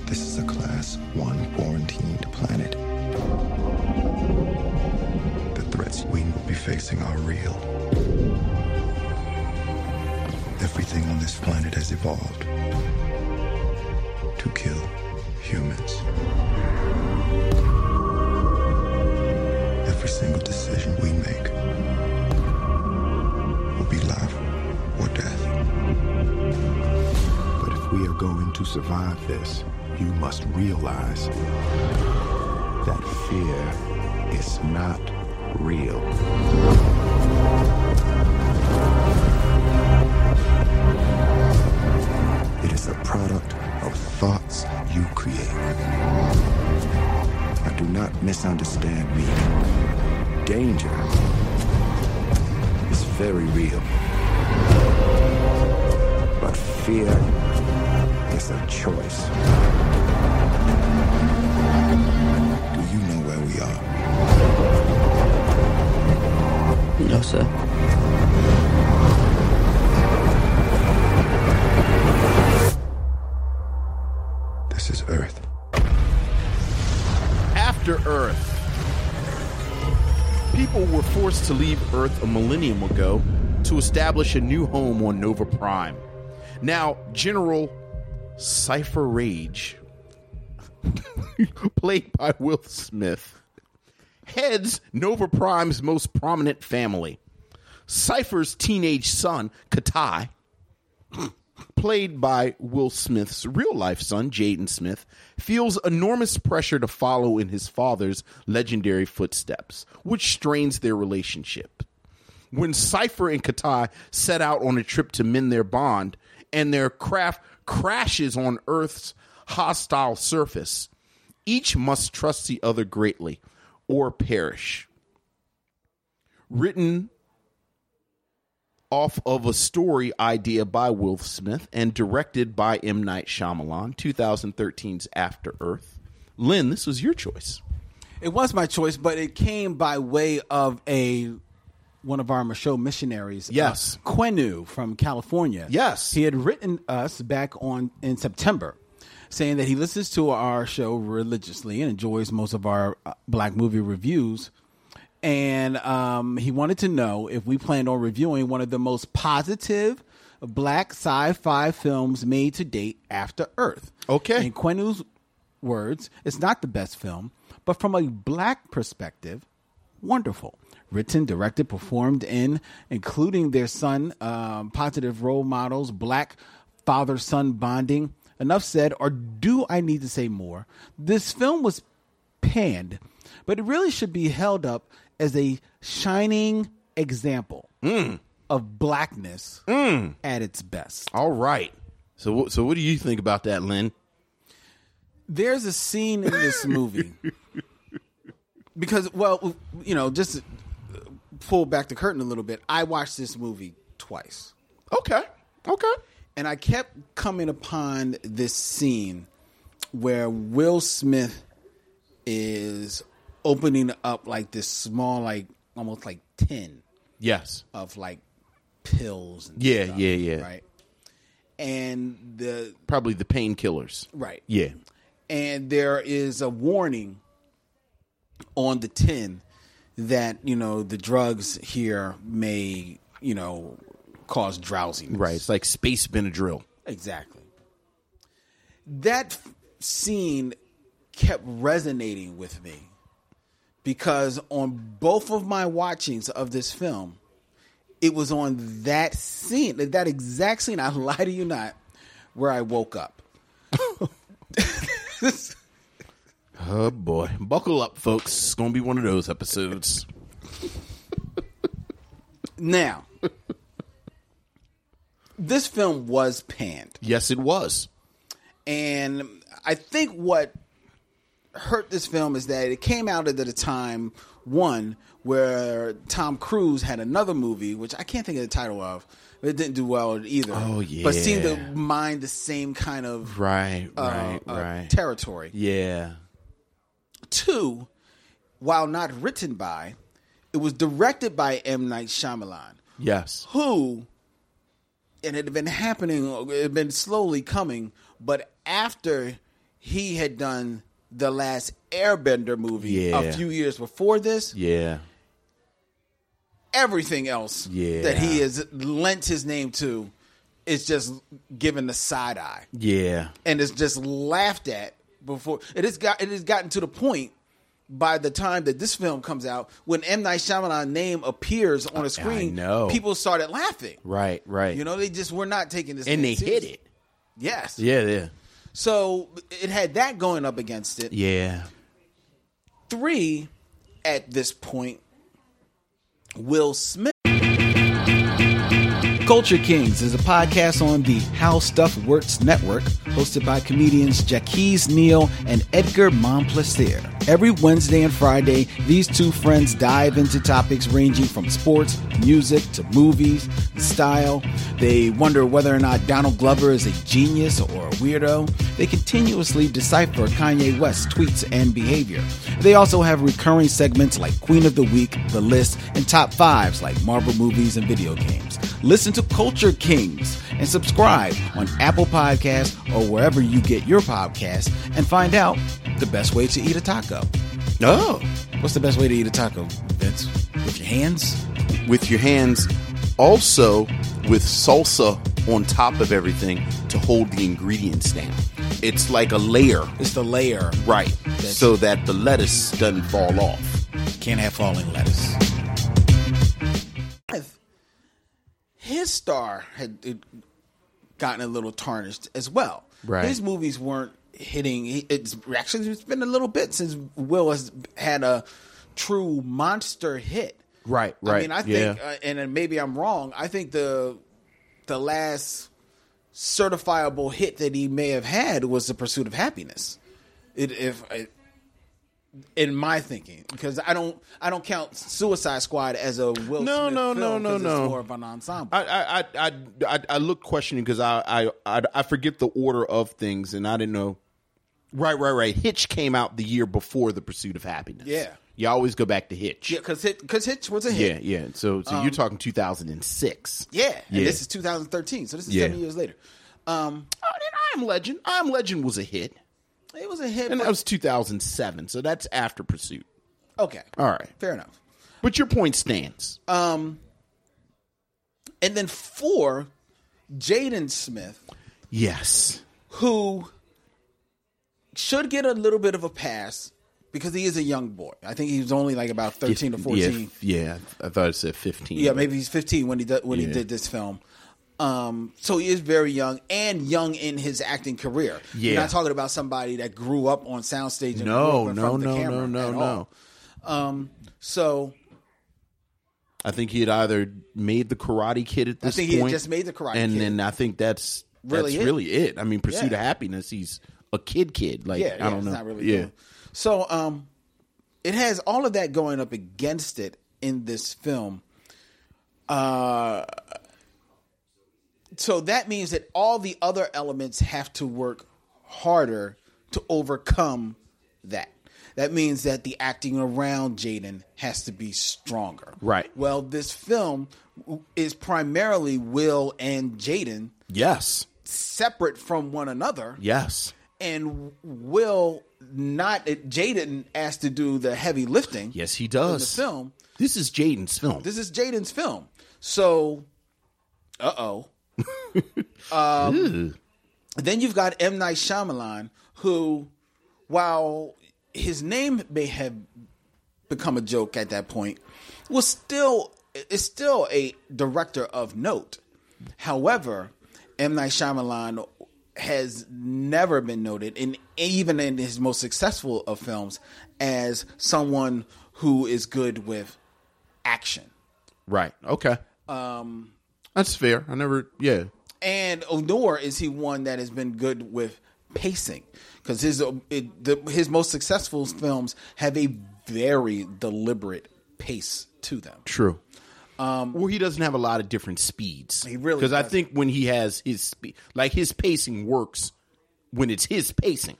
This is a class one quarantined planet. The threats we will be facing are real. Everything on this planet has evolved to kill humans. Every single decision we make will be life or death. But if we are going to survive this, you must realize that fear is not real. It is a product of thoughts you create. Now, do not misunderstand me. Danger is very real. But fear is a choice. Do you know where we are? No, sir. This is Earth. After Earth. People were forced to leave Earth a millennium ago to establish a new home on Nova Prime. Now, General Cypher Rage, played by Will Smith, heads Nova Prime's most prominent family. Cypher's teenage son, Katai, played by Will Smith's real life son, Jaden Smith, feels enormous pressure to follow in his father's legendary footsteps, which strains their relationship. when Cypher and Katai set out on a trip to mend their bond, and their craft crashes on Earth's hostile surface. Each must trust the other greatly or perish. Written off of a story idea by Will Smith and directed by M. Night Shyamalan, 2013's After Earth. Lynn, this was your choice. It was my choice, but it came by way of a one of our Michelle missionaries. Yes. uh, Quenu from California. Yes. he had written us back on in September, saying that he listens to our show religiously and enjoys most of our uh, black movie reviews. And um, he wanted to know if we planned on reviewing one of the most positive black sci-fi films made to date after Earth. Okay. In Quenu's words, it's not the best film, but from a black perspective, wonderful. Written, directed, performed in, including their son, um, positive role models, black father son bonding. Enough said, or do I need to say more? This film was panned, but it really should be held up as a shining example of blackness at its best. All right. So, wh- so what do you think about that, Lynn? there's a scene in this movie because well you know just to pull back the curtain a little bit i watched this movie twice Okay. Okay. and i kept coming upon this scene where will smith is opening up like this small like almost like tin Yes. of like pills and Yeah, stuff, yeah, yeah. right and the Probably the painkillers. right Yeah. and there is a warning on the tin that you know the drugs here may you know cause drowsiness Right. It's like space Benadryl. exactly that f- scene kept resonating with me because on both of my watchings of this film it was on that scene that exact scene i lie to you not where i woke up Oh boy. Buckle up, folks. It's gonna be one of those episodes. Now, this film was panned. yes, it was. And I think what hurt this film is that it came out at a time, one, where Tom Cruise had another movie, which I can't think of the title of. It didn't do well either. Oh, But seemed to yeah. mind the same kind of Right, uh, right, uh, right. territory. yeah. Two, while not written by, it was directed by M. Night Shyamalan. Yes. who, and it had been happening, it had been slowly coming, but after he had done the last Airbender movie Yeah. a few years before this, Yeah. everything else Yeah. that he has lent his name to is just given the side eye Yeah. and it's just laughed at before it has got it has gotten to the point by the time that this film comes out, when M Night Shyamalan name appears on a screen, know. people started laughing. Right, right. You know, they just were not taking this, and thing they hit seriously. it. Yes. Yeah, yeah. So it had that going up against it. Yeah. Three, at this point, Will Smith. Culture Kings is a podcast on the How Stuff Works Network, hosted by comedians Jackie's Neal and Edgar Monplaisir. Every Wednesday and Friday, these two friends dive into topics ranging from sports, music, to movies, and style. They wonder whether or not Donald Glover is a genius or a weirdo. They continuously decipher Kanye West's tweets and behavior. They also have recurring segments like Queen of the Week, The List, and Top Fives like Marvel movies and video games. Listen to Culture Kings and subscribe on Apple Podcasts or wherever you get your podcasts and find out the best way to eat a taco. Oh. What's the best way to eat a taco, Vince? With your hands? With your hands, also with salsa on top of everything to hold the ingredients down. It's like a layer. It's the layer. Right. That's- So that the lettuce doesn't fall off. Can't have falling lettuce. His star had it gotten a little tarnished as well. Right. His movies weren't hitting. he- It's actually it's been a little bit since Will has had a true monster hit. Right, I right, mean, I yeah. think, uh, and then maybe I'm wrong. I think the the last certifiable hit that he may have had was the Pursuit of Happiness. It, if I, in my thinking, because I don't, I don't count Suicide Squad as a Will No, Smith no, no, film, no, 'cause no. It's more of an ensemble. I I I I- I, I looked questioning because I, I I I forget the order of things and I didn't know. Right, right, right. Hitch came out the year before The Pursuit of Happiness. Yeah. you always go back to Hitch. yeah, because Hitch, because Hitch was a hit. yeah. yeah. So so you're talking 2006. Yeah, and Um, Yeah. this is 2013, so this is Yeah. seven years later. Um, Oh, then I Am Legend. I Am Legend was a hit, it was a hit. and but- that was 2007. So that's after Pursuit. okay, All right, fair enough. but your point stands. Uh, And then four, Jaden Smith, yes. who should get a little bit of a pass because he is a young boy. I think he was only like about 13 to 14. Yeah, yeah, I thought it said 15. Yeah, maybe he's 15 when he did, when he Yeah. did this film. Um, so he is very young and young in his acting career. You're Yeah. not talking about somebody that grew up on soundstage. And No, grew up in no, front of the no, camera no, no, at no. all. So I think he had either made the Karate Kid at this think he had point, just made The Karate and Kid. then I think that's Really really that's it. really it. I mean, Pursuit Yeah. of Happiness. He's a kid, kid. Like yeah, I yeah, don't it's know. not really yeah, doing- So um, it has all of that going up against it in this film. Uh, so that means that all the other elements have to work harder to overcome that. That means that the acting around Jaden has to be stronger. Right. Well, this film w- is primarily Will and Jaden yes, separate from one another yes, and Will not Jaden asked to do the heavy lifting. yes. He in does. the film. This is Jaden's film. This is Jaden's film, so uh oh. Ew. Um, Then you've got M Night Shyamalan, who, while his name may have become a joke at that point, was still is still a director of note. However, M Night Shyamalan has never been noted, in even in his most successful of films, as someone who is good with action. right. Okay. Um, that's fair. I never. Yeah. and nor is he one that has been good with pacing because his uh, it, the, his most successful films have a very deliberate pace to them. True. Um, well, he doesn't have a lot of different speeds. He really because I doesn't. think when he has his speed, like his pacing works when it's his pacing.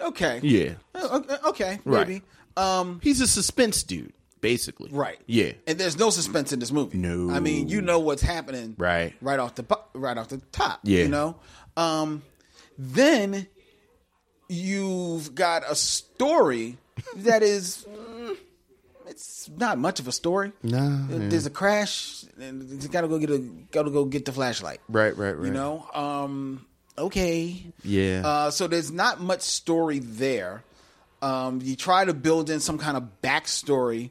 Okay, Yeah. Oh, okay, okay, Right. maybe um, He's a suspense dude, basically. right, Yeah. And there's no suspense in this movie. No. I mean you know what's happening Right. right off the bu- right off the top. Yeah. you know, um, then you've got a story that is. mm, It's not much of a story. Nah, There- There's a crash, and you gotta go get a gotta go get the flashlight. Right, right, right. You know, um, okay, Yeah. Uh, so there's not much story there. Um, you try to build in some kind of backstory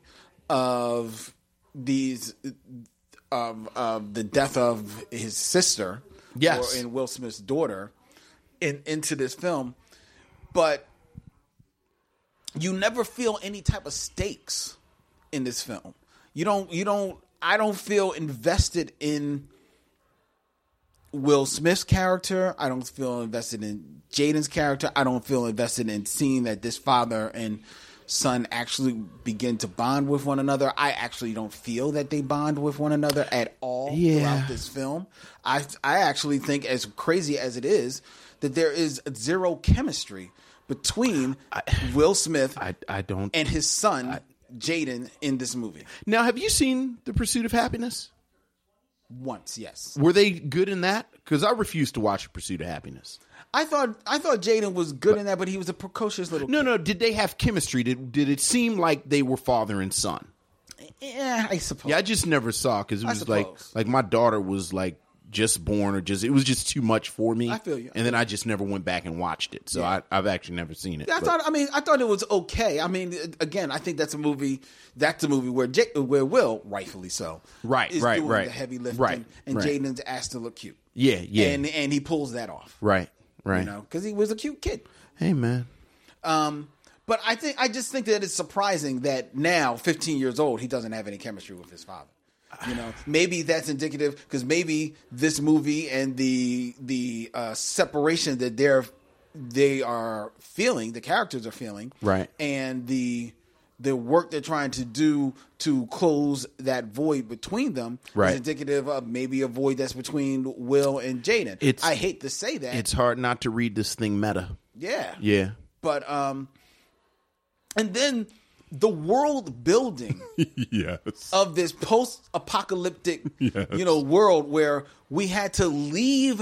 of these of of the death of his sister, Yes. or, and Will Smith's daughter, in into this film, but you never feel any type of stakes in this film. You don't you don't I don't feel invested in Will Smith's character. I don't feel invested in Jaden's character. I don't feel invested in seeing that this father and son actually begin to bond with one another. I actually don't feel that they bond with one another at all Yeah. throughout this film. I I actually think as crazy as it is that there is zero chemistry between Will Smith I, I don't. and his son Jaden in this movie. now, have you seen The Pursuit of Happiness? Once, yes. Were they good in that? Because I refuse to watch Pursuit of Happiness. I thought I thought Jaden was good in that, but he was a precocious little. No, no. Did they have chemistry? Did Did it seem like they were father and son? yeah, I suppose. Yeah, I just never saw because it I was like suppose. like my daughter was like just born or just it was just too much for me. I feel you. And then I just never went back and watched it, so Yeah. I, I've actually never seen it. Yeah, I but- thought. I mean, I thought it was okay. I mean, a- again, I think that's a movie. That's a movie where J- where Will, rightfully so, Right, is right, doing right. the heavy lifting, Right, and right. Jaden's asked to look cute. yeah, yeah, and and he pulls that off, right, right. you know, because he was a cute kid. Hey, man. Um, But I think I just think that it's surprising that now, 15 years old, he doesn't have any chemistry with his father. You know, maybe that's indicative because maybe this movie and the the uh, separation that they're they are feeling, the characters are feeling, Right. and the the work they're trying to do to close that void between them Right. is indicative of maybe a void that's between Will and Jaden. It's- I hate to say that. It's hard not to read this thing meta. yeah. Yeah. But um and then the world building Yes. of this post-apocalyptic you know world where we had to leave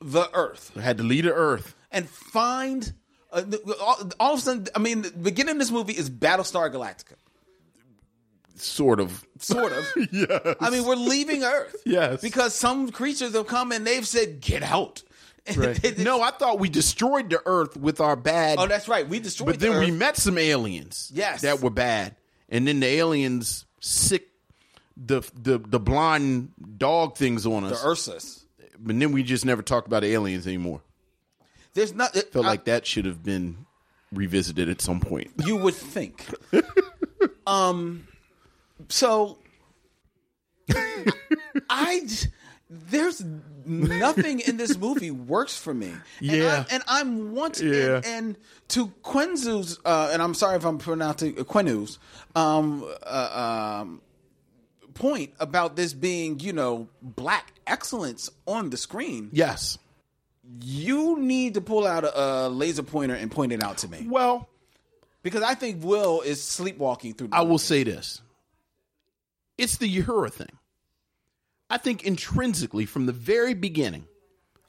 the earth I had to lead the earth. and find uh, all, all of a sudden I mean the beginning of this movie is Battlestar Galactica Sort of. sort of I mean we're leaving earth Yes. because some creatures have come and they've said get out no, I thought we destroyed the earth with our bad. oh that's right we destroyed But then the we Earth. met some aliens. Yes. That were bad. And then the aliens sick the the the blonde dog things on us. the Ursus And then we just never talked about aliens anymore. there's not Felt like that should have been revisited at some point. you would think. um, so I j- there's nothing in this movie works for me. And Yeah. I, and I'm wanting. Yeah. And, and to Quenzu's, uh, and I'm sorry if I'm pronouncing uh, Quenu's, um, uh, um, point about this being, you know, black excellence on the screen. yes. You need to pull out a, a laser pointer and point it out to me. Well, Because I think Will is sleepwalking through. the I will say this. It's the Uhura thing. I think intrinsically, from the very beginning,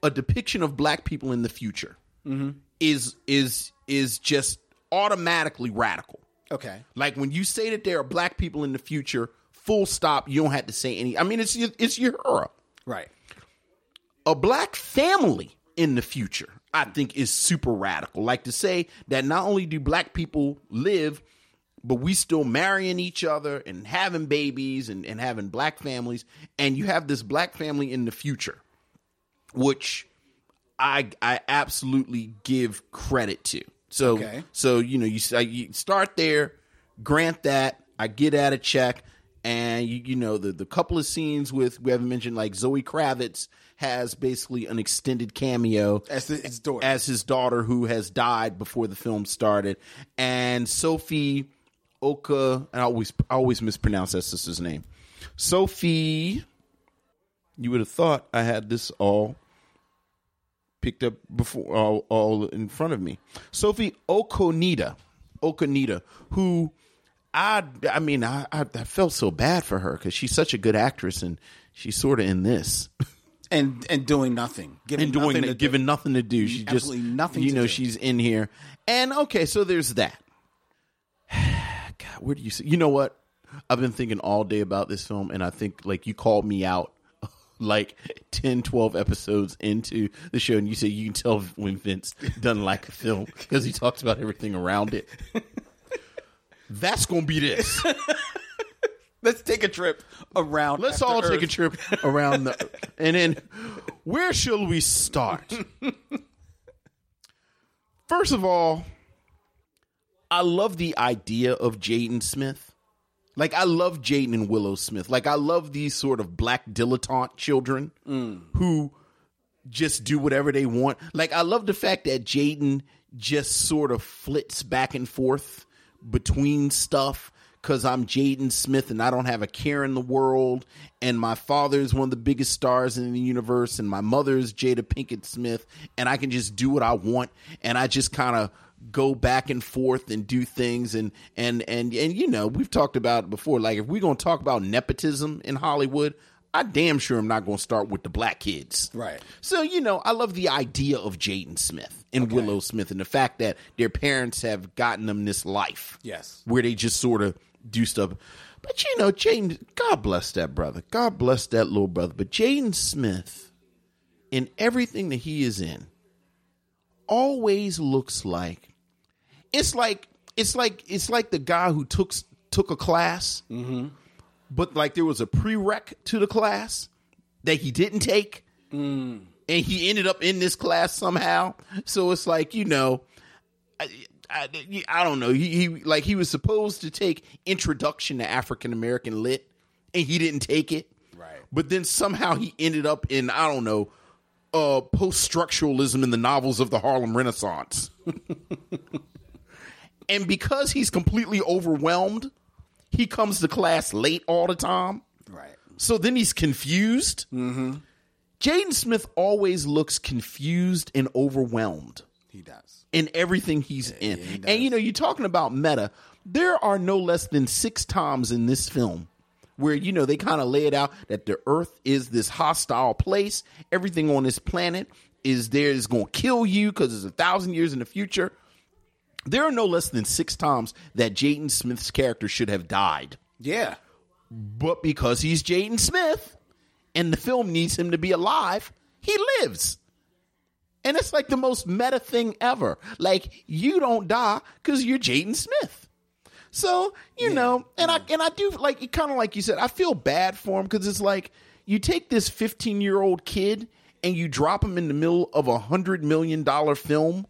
a depiction of black people in the future Mm-hmm. is is is just automatically radical. Okay. Like when you say that there are black people in the future, full stop. You don't have to say any. I mean, it's it's Uhura. Right. a black family in the future, I think is super radical. Like to say that not only do black people live, but we still marrying each other and having babies and, and having black families. And you have this black family in the future, which I I absolutely give credit to. So Okay. so you know you, s- you start there, grant that I get at a check, and you you know the the couple of scenes with we haven't mentioned like Zoe Kravitz has basically an extended cameo As the, his daughter. as his daughter who has died before the film started, and Sophie Oka. And I always I always mispronounce that sister's name. Sophie. You would have thought I had this all picked up before all, all in front of me. Sophie Okonita, Okonita, who I I mean I I, I felt so bad for her because she's such a good actress and she's sort of in this and and doing nothing. Giving and doing nothing that, to- given nothing to do. She just Absolutely nothing You to know, do. she's in here, and okay, so there's that. God, where do you see? You know what? I've been thinking all day about this film, and I think like you called me out like 10 12 episodes into the show and you said you can tell when vince doesn't like a film because he talks about everything around it that's gonna be this Let's take a trip around. Let's after all take Earth. a trip around the and then where shall we start? First of all, I love the idea of Jaden Smith. Like I love Jaden and Willow Smith. Like I love these sort of black dilettante children Mm. who just do whatever they want. Like I love the fact that Jaden just sort of flits back and forth between stuff because I'm Jaden Smith and I don't have a care in the world, and my father is one of the biggest stars in the universe, and my mother is Jada Pinkett Smith, and I can just do what I want, and I just kind of go back and forth and do things and and and and you know we've talked about it before like if we're going to talk about nepotism in Hollywood I damn sure am not going to start with the black kids Right. so, you know, I love the idea of Jaden Smith and Willow Smith and the fact that their parents have gotten them this life. Yes. Where they just sort of do stuff. But, you know, Jaden, God bless that brother. God bless that little brother. But Jaden Smith, in everything that he is in, always looks like it's like it's like it's like the guy who took took a class but like there was a prereq to the class that he didn't take and he ended up in this class somehow so it's like you know I, I, I don't know. He, he like he was supposed to take introduction to African American lit, and he didn't take it. Right. But then somehow he ended up in I don't know, uh, post structuralism in the novels of the Harlem Renaissance. and because he's completely overwhelmed, he comes to class late all the time. Right. So then he's confused. Mm-hmm. Jaden Smith always looks confused and overwhelmed He does. in everything he's in. and you know, you're talking about meta. There are no less than six times in this film where you know they kind of lay it out that the Earth is this hostile place. Everything on this planet is there is going to kill you because it's a thousand years in the future. There are no less than six times that Jaden Smith's character should have died, Yeah. but because he's Jaden Smith and the film needs him to be alive, he lives. And it's like the most meta thing ever. Like you don't die because you're Jaden Smith. So you know, and I and I do like it. Kind of like you said, I feel bad for him because it's like you take this 15 year old kid and you drop him in the middle of a hundred million dollar film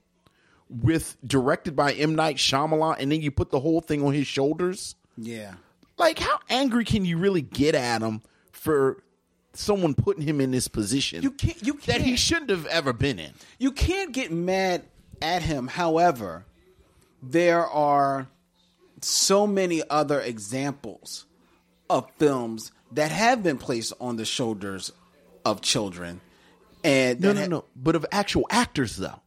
with directed by M Night Shyamalan, and then you put the whole thing on his shoulders Yeah. like how angry can you really get at him for someone putting him in this position You can't- you that he can't. shouldn't have ever been in You can't get mad at him. However, there are so many other examples of films that have been placed on the shoulders of children. And no that no ha- no but of actual actors though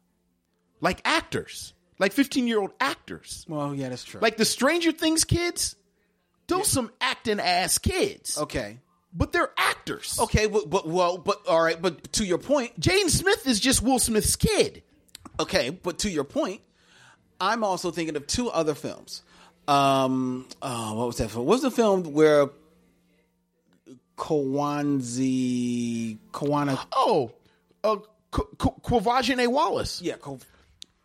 like actors like 15 year old actors Well, yeah, that's true. like the stranger things kids those some acting ass kids okay, but they're actors okay, but, but well, but all right, but to your point, Jaden smith is just will smith's kid Okay, but to your point, I'm also thinking of two other films. Um, oh, what was that film? What was the film where Kwanzi Kawana? oh uh Qu- Qu- Quavagene Wallace. Yeah, Ko-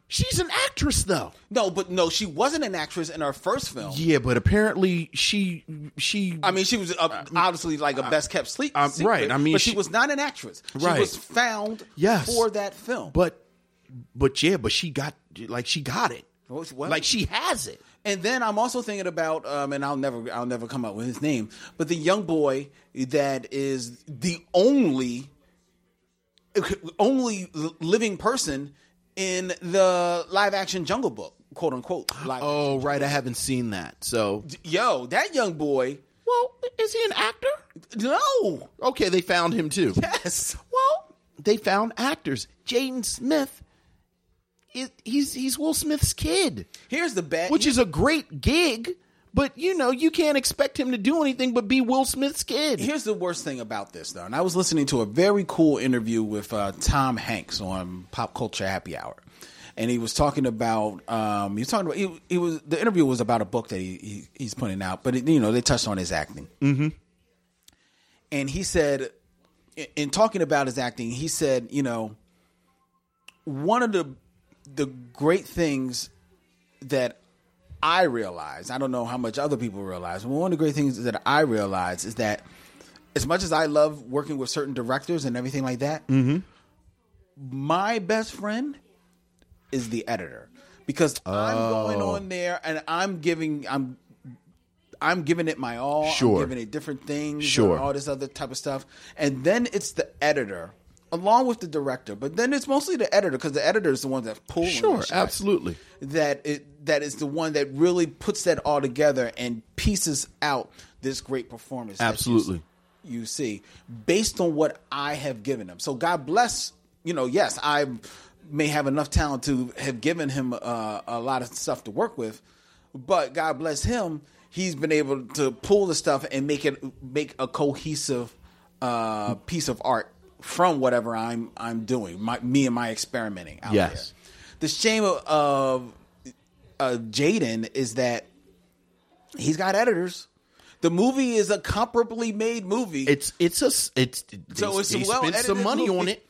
She's an actress, though. no, but no, she wasn't an actress in her first film. Yeah, but apparently she she I mean, she was uh, obviously like a best kept sleep. um, secret, right, I mean, but she, she- was not an actress. Right. She was found Yes. for that film. But but yeah, but she got like she got it. What- what? Like she has it. And then I'm also thinking about, um, and I'll never, I'll never come up with his name, but the young boy that is the only, only living person in the live action Jungle Book, quote unquote. Live Oh right, I haven't seen that. So yo, that young boy, well, is he an actor? no, Okay, they found him too. yes, Well, they found actors. Jaden Smith. It, he's he's Will Smith's kid, here's the bad, which is a great gig. But you know, you can't expect him to do anything but be Will Smith's kid. Here's the worst thing about this, though. And I was listening to a very cool interview with uh, Tom Hanks on Pop Culture Happy Hour, and he was talking about um, he was talking about he, he was the interview was about a book that he, he he's putting out, but it, you know they touched on his acting, mm-hmm. and he said in- in talking about his acting, he said you know one of the the great things that I realize, I don't know how much other people realize, but one of the great things that I realize is that as much as I love working with certain directors and everything like that, Mm-hmm. my best friend is the editor because I'm going Oh. on there and I'm giving I'm I'm giving it my all. Sure. I'm giving it different things. Sure. and all this other type of stuff, and then it's the editor along with the director, but then it's mostly the editor because the editor is the one that's pulling. sure, the shot absolutely. that it that is the one that really puts that all together and pieces out this great performance. that you- Absolutely. you, see, based on what I have given him. So God bless. You know, yes, I may have enough talent to have given him uh, a lot of stuff to work with, but God bless him. He's been able to pull the stuff and make it make a cohesive uh, piece of art from whatever I'm I'm doing, my, me and my experimenting out Yes. there the shame of, of uh, Jaden is that he's got editors. The movie is a comparably made movie. It's it's a s- it's So they- it's a they spent well-edited some money on movie. it.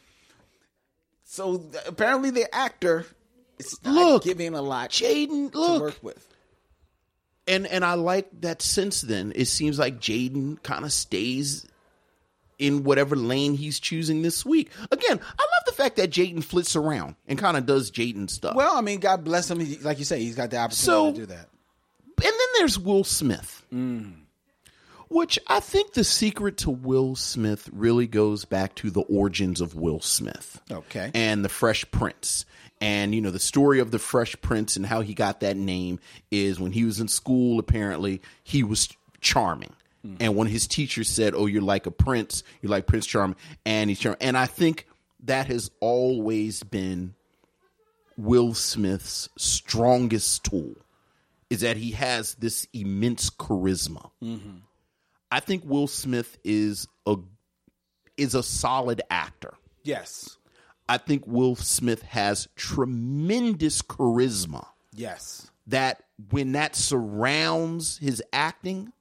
so th- apparently the actor is not Look, giving a lot Jaden, to look. work with. and and I like that since then it seems like Jaden kind of stays in whatever lane he's choosing this week. Again, I love the fact that Jaden flits around and kind of does Jaden stuff. Well, I mean, God bless him. He, like you say, he's got the opportunity So- to do that. and then there's Will Smith, which I think the secret to Will Smith really goes back to the origins of Will Smith. Okay. And the Fresh Prince. And, you know, the story of the Fresh Prince and how he got that name is when he was in school, apparently, he was charming. And when his teacher said, Oh, you're like a prince, you're like Prince Charming, and he's charming. And I think that has always been Will Smith's strongest tool is that he has this immense charisma. I think Will Smith is a is a solid actor. Yes. I think Will Smith has tremendous charisma Yes. that when that surrounds his acting,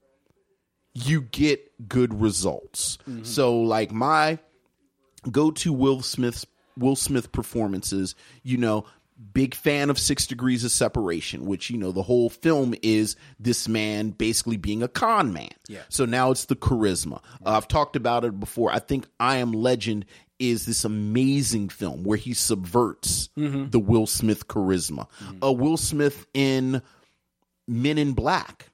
you get good results. So like my go to Will Smith's Will Smith performances, you know, big fan of Six Degrees of Separation, which, you know, the whole film is this man basically being a con man. Yeah. So now it's the charisma. Uh, I've talked about it before. I think I Am Legend is this amazing film where he subverts the Will Smith charisma. Uh, Will Smith in Men in Black.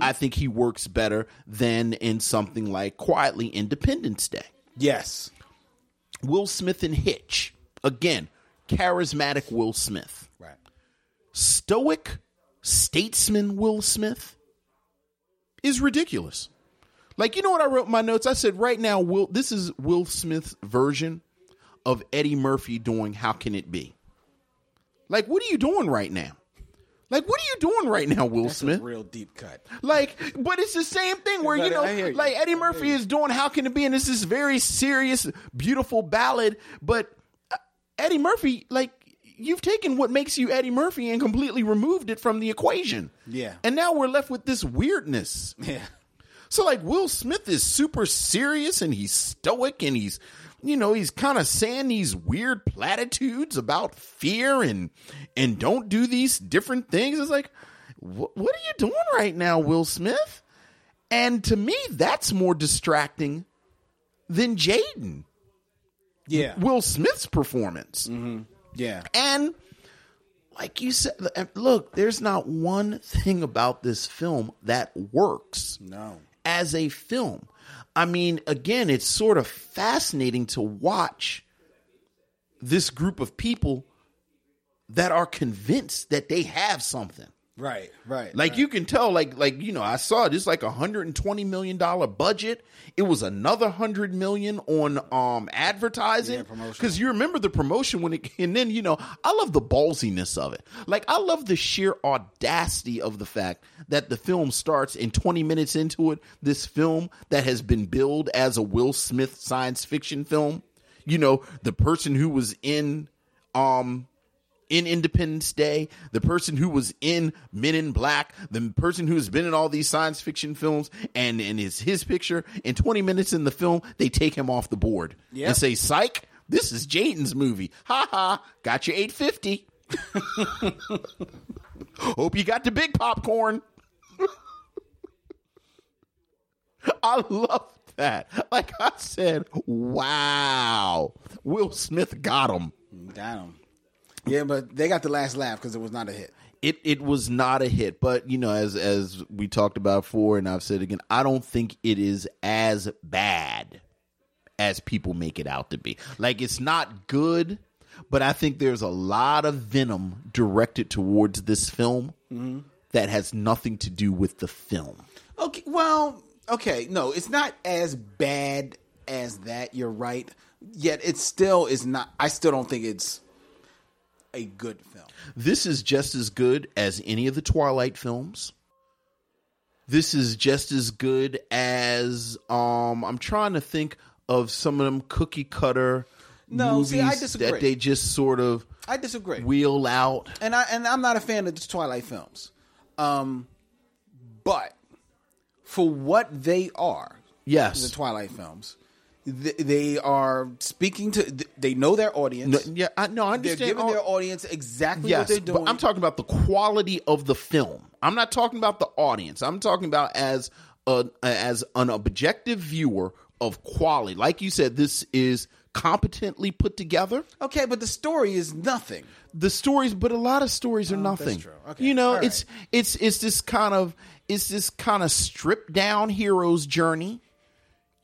I think he works better than in something like Quietly Independence Day. Yes. Will Smith and Hitch. Again, charismatic Will Smith. Right. Stoic statesman Will Smith is ridiculous. Like, you know what I wrote in my notes? I said right now, Will this is Will Smith's version of Eddie Murphy doing How Can It Be? Like, what are you doing right now? Like, what are you doing right now, Will Smith? Real deep cut. Like, but it's the same thing where you Right, know, I hear you. like Eddie Murphy is doing "How Can It Be," and it's this very serious, beautiful ballad. But uh, Eddie Murphy, like, you've taken what makes you Eddie Murphy and completely removed it from the equation. Yeah. and now we're left with this weirdness. Yeah. So like Will Smith is super serious and he's stoic and he's you know he's kind of saying these weird platitudes about fear and and don't do these different things. It's like wh- what are you doing right now, Will Smith? And to me, that's more distracting than Jaden Yeah. Will Smith's performance. Yeah. And like you said, look, there's not one thing about this film that works No. as a film. I mean, again, it's sort of fascinating to watch this group of people that are convinced that they have something. Right. Right. Like you can tell, like like you know, I saw this like a hundred and twenty million dollar budget. It was another hundred million on um advertising Yeah, promotion. because you remember the promotion when it and then you know I love the ballsiness of it. Like I love the sheer audacity of the fact that the film starts and twenty minutes into it, this film that has been billed as a Will Smith science fiction film. You know, the person who was in um in Independence Day, the person who was in Men in Black, the person who's been in all these science fiction films, and and is his picture. In 20 minutes in the film, they take him off the board Yeah. and say, "Psych, this is Jaden's movie. Ha ha, got your 850. Hope you got the big popcorn." I love that. Like I said, wow, Will Smith got him. Mm, Damn. Yeah, but they got the last laugh because it was not a hit. it it was not a hit but you know as as we talked about before and i've said again i don't think it is as bad as people make it out to be like it's not good but i think there's a lot of venom directed towards this film that has nothing to do with the film Okay. Well, okay. No, it's not as bad as that. You're right. Yet it still is not. I still don't think it's a good film. This is just as good as any of the Twilight films. This is just as good as um I'm trying to think of some of them cookie cutter No, movies see, I disagree. that they just sort of I disagree. wheel out. and I and I'm not a fan of the Twilight films. Um, but for what they are, the Yes. Twilight films, th- they are speaking to. th- They know their audience. No, yeah, I no, I they're understand. giving all- their audience exactly yes, what they're doing. but I'm talking about the quality of the film. I'm not talking about the audience. I'm talking about as a as an objective viewer of quality. Like you said, this is competently put together. Okay, but the story is nothing. the stories, but a lot of stories are nothing. Oh, true. Okay. You know, All right. it's it's it's this kind of it's this kind of stripped down hero's journey.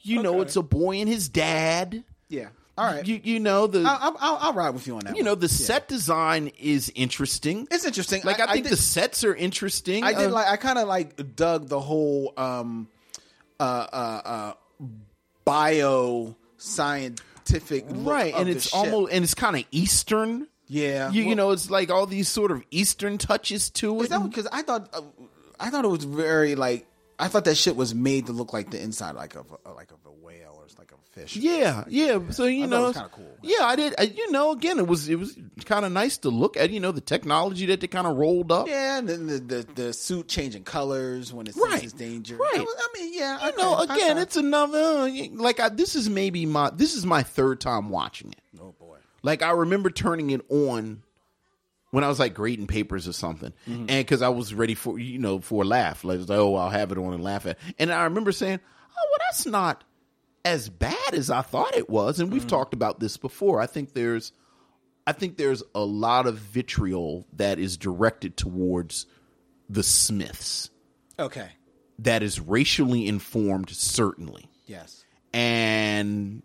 You know, it's a boy and his dad. Yeah. All right. You you know the I- I'll, I'll, I'll ride with you on that. you know one. the set design is interesting. it's interesting. like I, think did- the sets are interesting. I did Uh, like I kind of like dug the whole um uh uh uh bio scientific look right, of and the it's ship. almost and it's kind of Eastern. Yeah. you, you Well- know, it's like all these sort of Eastern touches to it. is that because I thought uh, I thought it was very like I thought that shit was made to look like the inside like of a, like of a whale or like a fish. Yeah, yeah. So you I thought it know, was kinda cool. Yeah, I did. I, you know, again, it was it was kind of nice to look at. You know, the technology that they kind of rolled up. Yeah, and then the, the, the suit changing colors when it senses Right, danger. right. I, was- I mean, yeah. You okay, know, I again, saw- it's another uh, like I, this is maybe my this is my third time watching it. oh boy. Like I remember turning it on when I was like grading papers or something, and because I was ready for you know for a laugh, like, it's like oh I'll have it on and laugh at. And I remember saying, oh well, that's not as bad as I thought it was. And we've talked about this before. I think there's I think there's a lot of vitriol that is directed towards the Smiths Okay. that is racially informed, certainly, Yes. and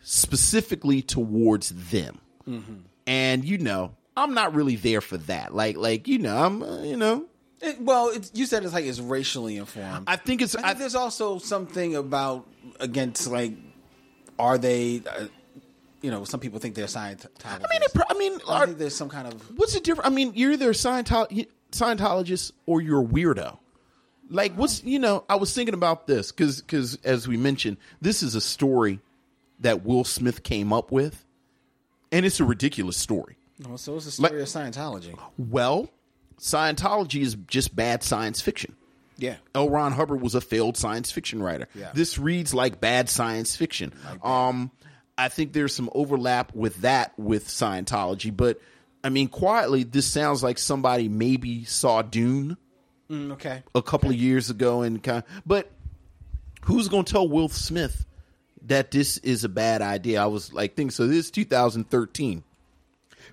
specifically towards them. And you know, I'm not really there for that. Like, like you know, I'm uh, you know, It, well, it's, you said it's like it's racially informed. I think it's I think there's also something about against like, are they? Uh, you know, some people think they're scientists. I I mean, it, pro- I mean, I are- think there's some kind of what's the difference? I mean, you're either a Scientolo- Scientologist or you're a weirdo. Like, what's you know? I was thinking about this because because as we mentioned, this is a story that Will Smith came up with, and it's a ridiculous story. Well, so it's the story of Scientology. Well, Scientology is just bad science fiction. Yeah. L. Ron Hubbard was a failed science fiction writer. Yeah. This reads like bad science fiction. um, I think there's some overlap with that with Scientology, but I mean, quietly, this sounds like somebody maybe saw Dune Um, Mm, okay. a couple of years ago and kind. but who's going to tell Will Smith that this is a bad idea? I was like, thinking so. This is 2013.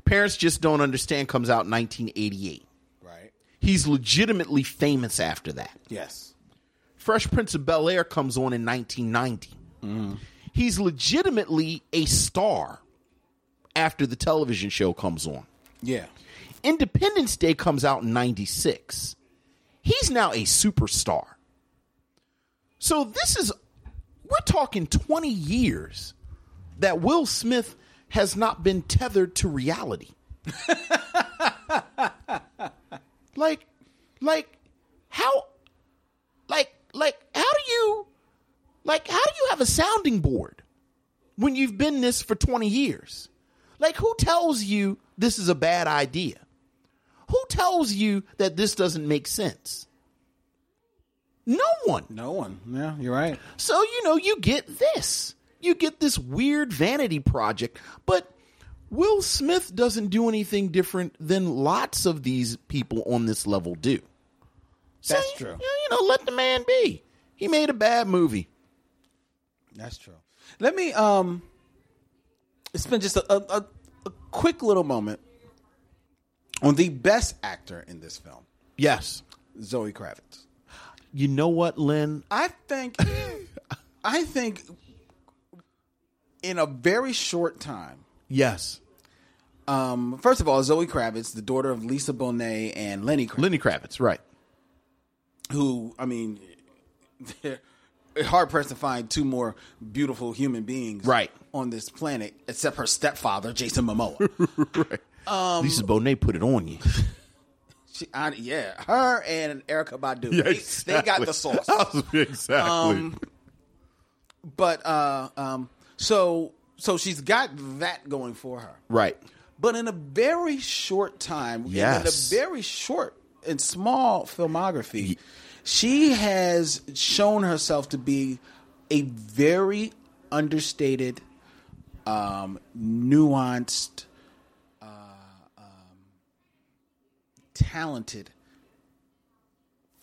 Parents just don't understand. Comes out 1988. Right. He's legitimately famous after that. Yes. Fresh Prince of Bel Air comes on in 1990. He's legitimately a star after the television show comes on. Yeah. Independence Day comes out in 96. He's now a superstar. So this is, we're talking 20 years that Will Smith has not been tethered to reality. like, like, how, like, like, how do you, like, how do you have a sounding board when you've been this for 20 years? Like, who tells you this is a bad idea? Who tells you that this doesn't make sense? No one. No one. Yeah, you're right. So, you know, you get this. You get this weird vanity project. But Will Smith doesn't do anything different than lots of these people on this level do. So, That's you- true. You know, let the man be. He made a bad movie. That's true. Let me um spend just a, a, a, a quick little moment on the best actor in this film, Yes. Zoe Kravitz. You know what, Lynn? I think I think in a very short time. Yes. Um, first of all, Zoe Kravitz, the daughter of Lisa Bonet and Lenny Kravitz, Lenny Kravitz, right. who I mean, they're hard pressed to find two more beautiful human beings, Right. on this planet, except her stepfather, Jason Momoa. Lisa Bonet put it on you. She, I, yeah, her and Erica Badu. They- they, got the sauce. exactly. Um, But uh, um, so so she's got that going for her. right. But in a very short time, and Yes. in a very short and small filmography, she has shown herself to be a very understated, um, nuanced, uh, um, talented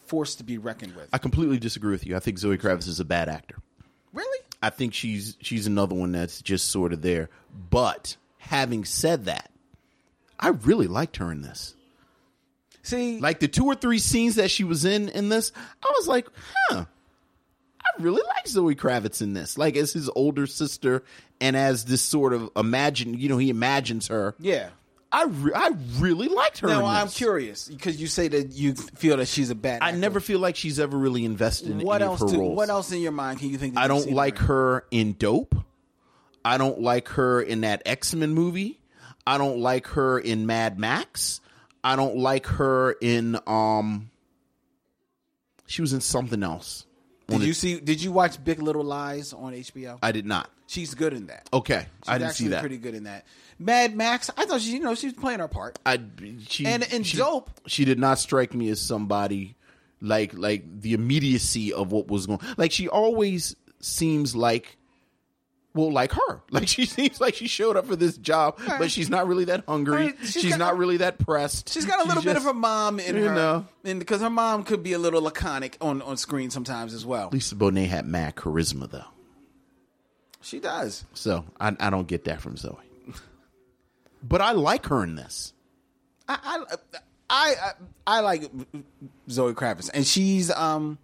force to be reckoned with. I completely disagree with you. I think Zoe Kravitz is a bad actor. Really? I think she's she's another one that's just sort of there. But having said that, I really liked her in this. See, Like the two or three scenes that she was in in this, I was like, huh. I really like Zoe Kravitz in this. Like as his older sister and as this sort of imagine, you know, he imagines her. yeah. I re- I really liked her. in Now I'm this. curious because you say that you feel that she's a bad. I actor. never feel like she's ever really invested in What any else? of her do- roles. what else in your mind can you think? That I you've don't seen like in? her in Dope. I don't like her in that X Men movie. I don't like her in Mad Max. I don't like her in um. She was in something else. Did you see? Did you watch Big Little Lies on HBO? I did not. She's good in that. Okay, She's I didn't actually see that. Pretty good in that. Mad Max. I thought she, you know, she was playing her part. I she And in she, Dope- she did not strike me as somebody like like the immediacy of what was going. Like she always seems like well, like her, like she seems like she showed up for this job, but she's not really that hungry. Right, she's she's got- not really that pressed. She's got a little bit of just- her mom in you her, know. and because her mom could be a little laconic on on screen sometimes as well. Lisa Bonet had mad charisma though, She does. so I, I don't get that from Zoe. But I like her in this. I I I, I, I like Zoe Kravitz, and she's um.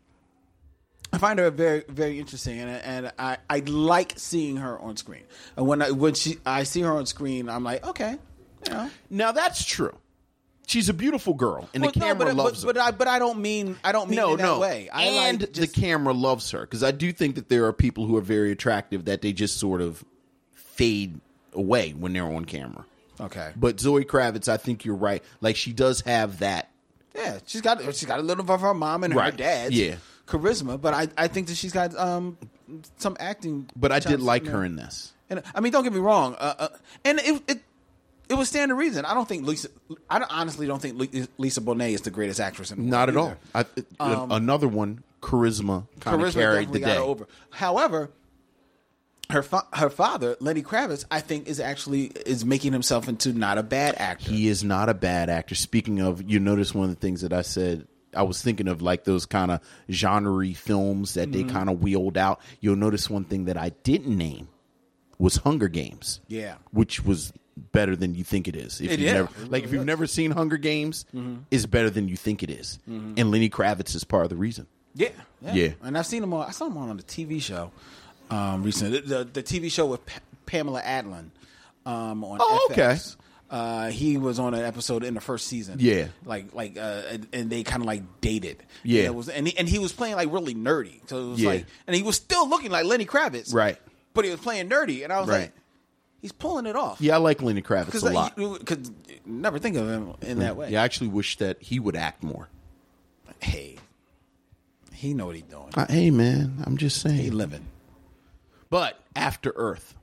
I find her very, very interesting, and and I, I like seeing her on screen. And when I when she I see her on screen, I'm like, okay, you know. Now that's true. She's a beautiful girl, and Well, the no, camera but, loves her. but, but I but I don't mean I don't mean no, in that no way. I and like just, the camera loves her because I do think that there are people who are very attractive that they just sort of fade away when they're on camera. okay, But Zoe Kravitz, I think you're right. Like she does have that. yeah, she's got she's got a little of her mom and her Right, dad's yeah. charisma, but I, I think that she's got um some acting. But I did chops like there. her in this. And I mean, don't get me wrong. Uh, uh, and it, it it was stand to reason. I don't think Lisa. I don't- honestly don't think Li- Lisa Bonet is the greatest actress in the Not at all. world I, uh, another one, charisma, either. kind of Um, Charisma carried definitely the got her day. over. However, her fa- her father, Lenny Kravitz, I think is actually is making himself into not a bad actor. He E is not a bad actor. Speaking of, you notice one of the things that I said. I was thinking of like those kind of genre films that Mm-hmm. they kind of wheeled out. You'll notice one thing that I didn't name was Hunger Games. Yeah. which was better than you think it is. If It you is. Mm-hmm. never like, if you've never seen Hunger Games, it's better than you think it is. And Lenny Kravitz is part of the reason. yeah, Yeah. And I've seen him on. I saw him on the TV show um, recently. The, the, the TV show with P- Pamela Adlon um, on. Oh, FX. Uh, he was on an episode in the first season. Yeah. like like, uh, and, and they kind of like dated. Yeah. and it was and he, and he was playing like really nerdy. So it was Yeah. like, and he was still looking like Lenny Kravitz, Right. But he was playing nerdy, and I was like, Right. he's pulling it off. Yeah, I like Lenny Kravitz because a lot. Mm, because never think of him in that way. yeah, I actually wish that he would act more. hey, he know what he's doing. Uh, hey, man, I'm just He saying. living. But After Earth,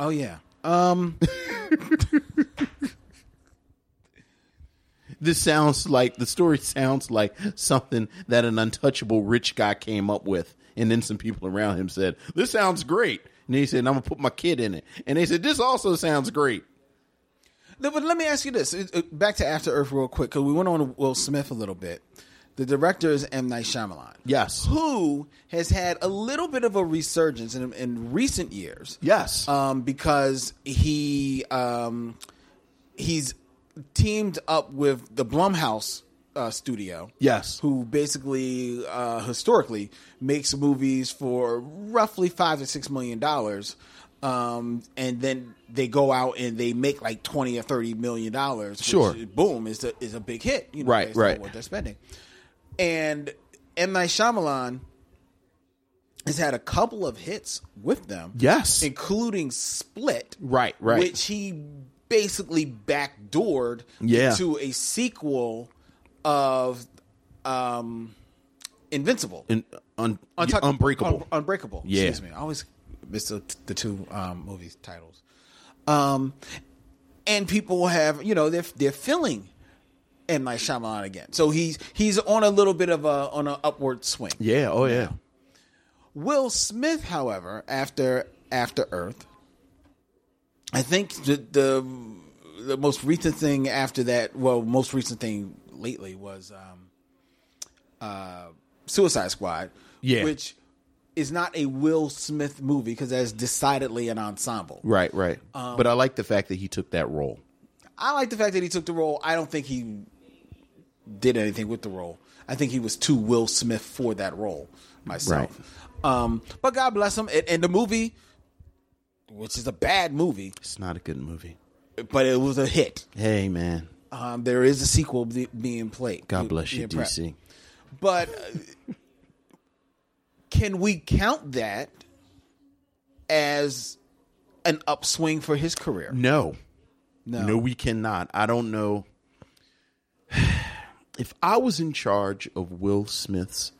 Oh yeah. Um. this sounds like the story sounds like something that an untouchable rich guy came up with and then some people around him said this sounds great and he said i'm gonna put my kid in it and they said this also sounds great No, but let me ask you this: It- it- back to After Earth, real quick, because we went on to Will Smith a little bit. The director is M. Night Shyamalan, yes who has had a little bit of a resurgence in, in recent years. yes um, because he um, he's teamed up with the Blumhouse uh, studio. Yes. who basically uh, historically makes movies for roughly five to six million dollars, um, and then they go out and they make like twenty or thirty million dollars. which, Sure. boom is a is a big hit. You know, Right, based on right. What they're spending, and M Night Shyamalan has had a couple of hits with them. Yes. Including Split. Right, right. Which he basically backdoored Yeah. to a sequel of um Invincible. and un- Untuck- unbreakable Un- unbreakable. Yeah. Excuse me. I always miss the, the two um, movie titles. Um, and people have, you know, they're they're filling M Night Shyamalan again. So he's he's on a little bit of a on an upward swing. yeah oh yeah Will Smith, however, after After Earth, I think the the, the most recent thing after that, well, most recent thing lately was um, uh, Suicide Squad, Yeah. which is not a Will Smith movie because that is decidedly an ensemble. Right, right. Um, but I like the fact that he took that role. I like the fact that he took the role. I don't think he did anything with the role. I think he was too Will Smith for that role myself. Um, but God bless him. And, and the movie, which is a bad movie, It's not a good movie. but it was a hit. Hey, man. Um, there is a sequel be- being played. God bless you, being prepped. DC. But uh, can we count that as an upswing for his career? No. No. we cannot. I don't know. If I was in charge of Will Smith's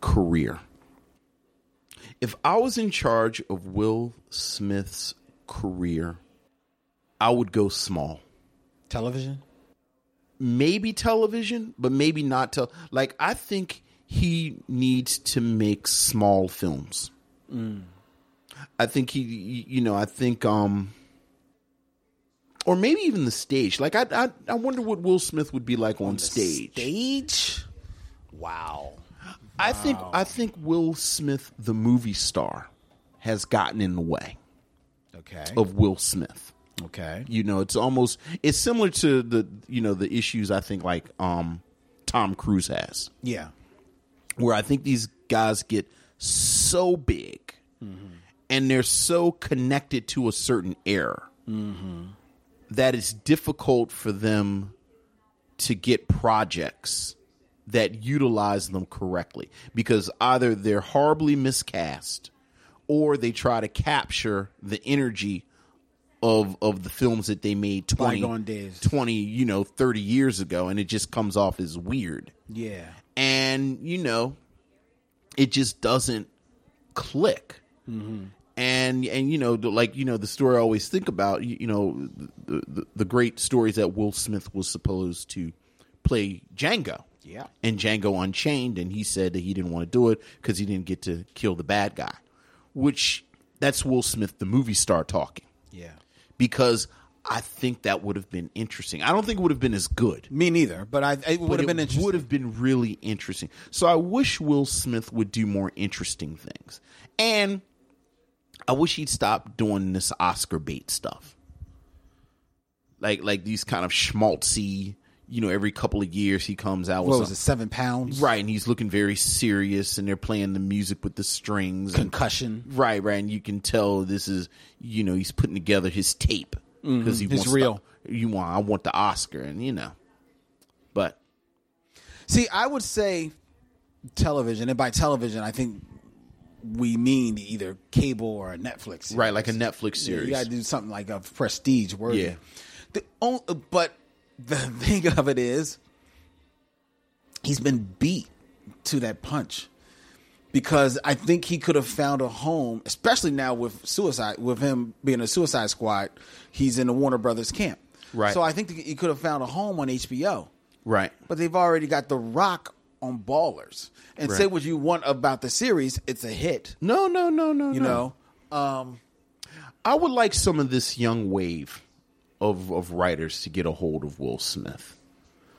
career, if I was in charge of Will Smith's career, I would go small. Television? maybe television, but maybe not tel. Like I think he needs to make small films. I think he, you know, I think, um, or maybe even the stage. Like I, I, I wonder what Will Smith would be like on, stage. Stage? Wow. I think, I think Will Smith, the movie star, has gotten in the way Okay. of Will Smith. Okay. you know it's almost it's similar to the you know the issues i think like um tom cruise has Yeah. where i think these guys get so big and they're so connected to a certain error that it's difficult for them to get projects that utilize them correctly because either they're horribly miscast or they try to capture the energy of of the films that they made 20, Bygone days. 20 you know 30 years ago and it just comes off as weird Yeah. and you know it just doesn't click Mm-hmm. and and you know the- like you know the story i always think about you, you know the, the, the great stories that will smith was supposed to play django Yeah. and django unchained and he said that he didn't want to do it because he didn't get to kill the bad guy which that's will smith the movie star talking Yeah. because i think that would have been interesting i don't think it would have been as good Me neither, but I it would but have been it interesting. Would have been really interesting. So I wish Will Smith would do more interesting things, and I wish he'd stop doing this Oscar bait stuff, like like these kind of schmaltzy. You know, every couple of years he comes out what with was it? something. Seven pounds. right, and he's looking very serious, and they're playing the music with the strings and Concussion. Right, right, and you can tell this is you know he's putting together his tape because he Mm-hmm. His wants reel. The, you want I want the Oscar, and you know, but See, I would say television, and by television, I think we mean either cable or a Netflix. Series. right, like a Netflix Yeah, series. You got to do something like a prestige worthy. Yeah. The on, but the thing of it is, he's been beat to that punch because I think he could have found a home, especially now with suicide, with him being a Suicide Squad. He's in the Warner Brothers camp, Right. So I think he could have found a home on HBO Right. but they've already got The Rock on Ballers. And say what you want about the series, it's a hit. No, no, no, no. You no. know, um, I would like some of this young wave of of writers to get a hold of Will Smith.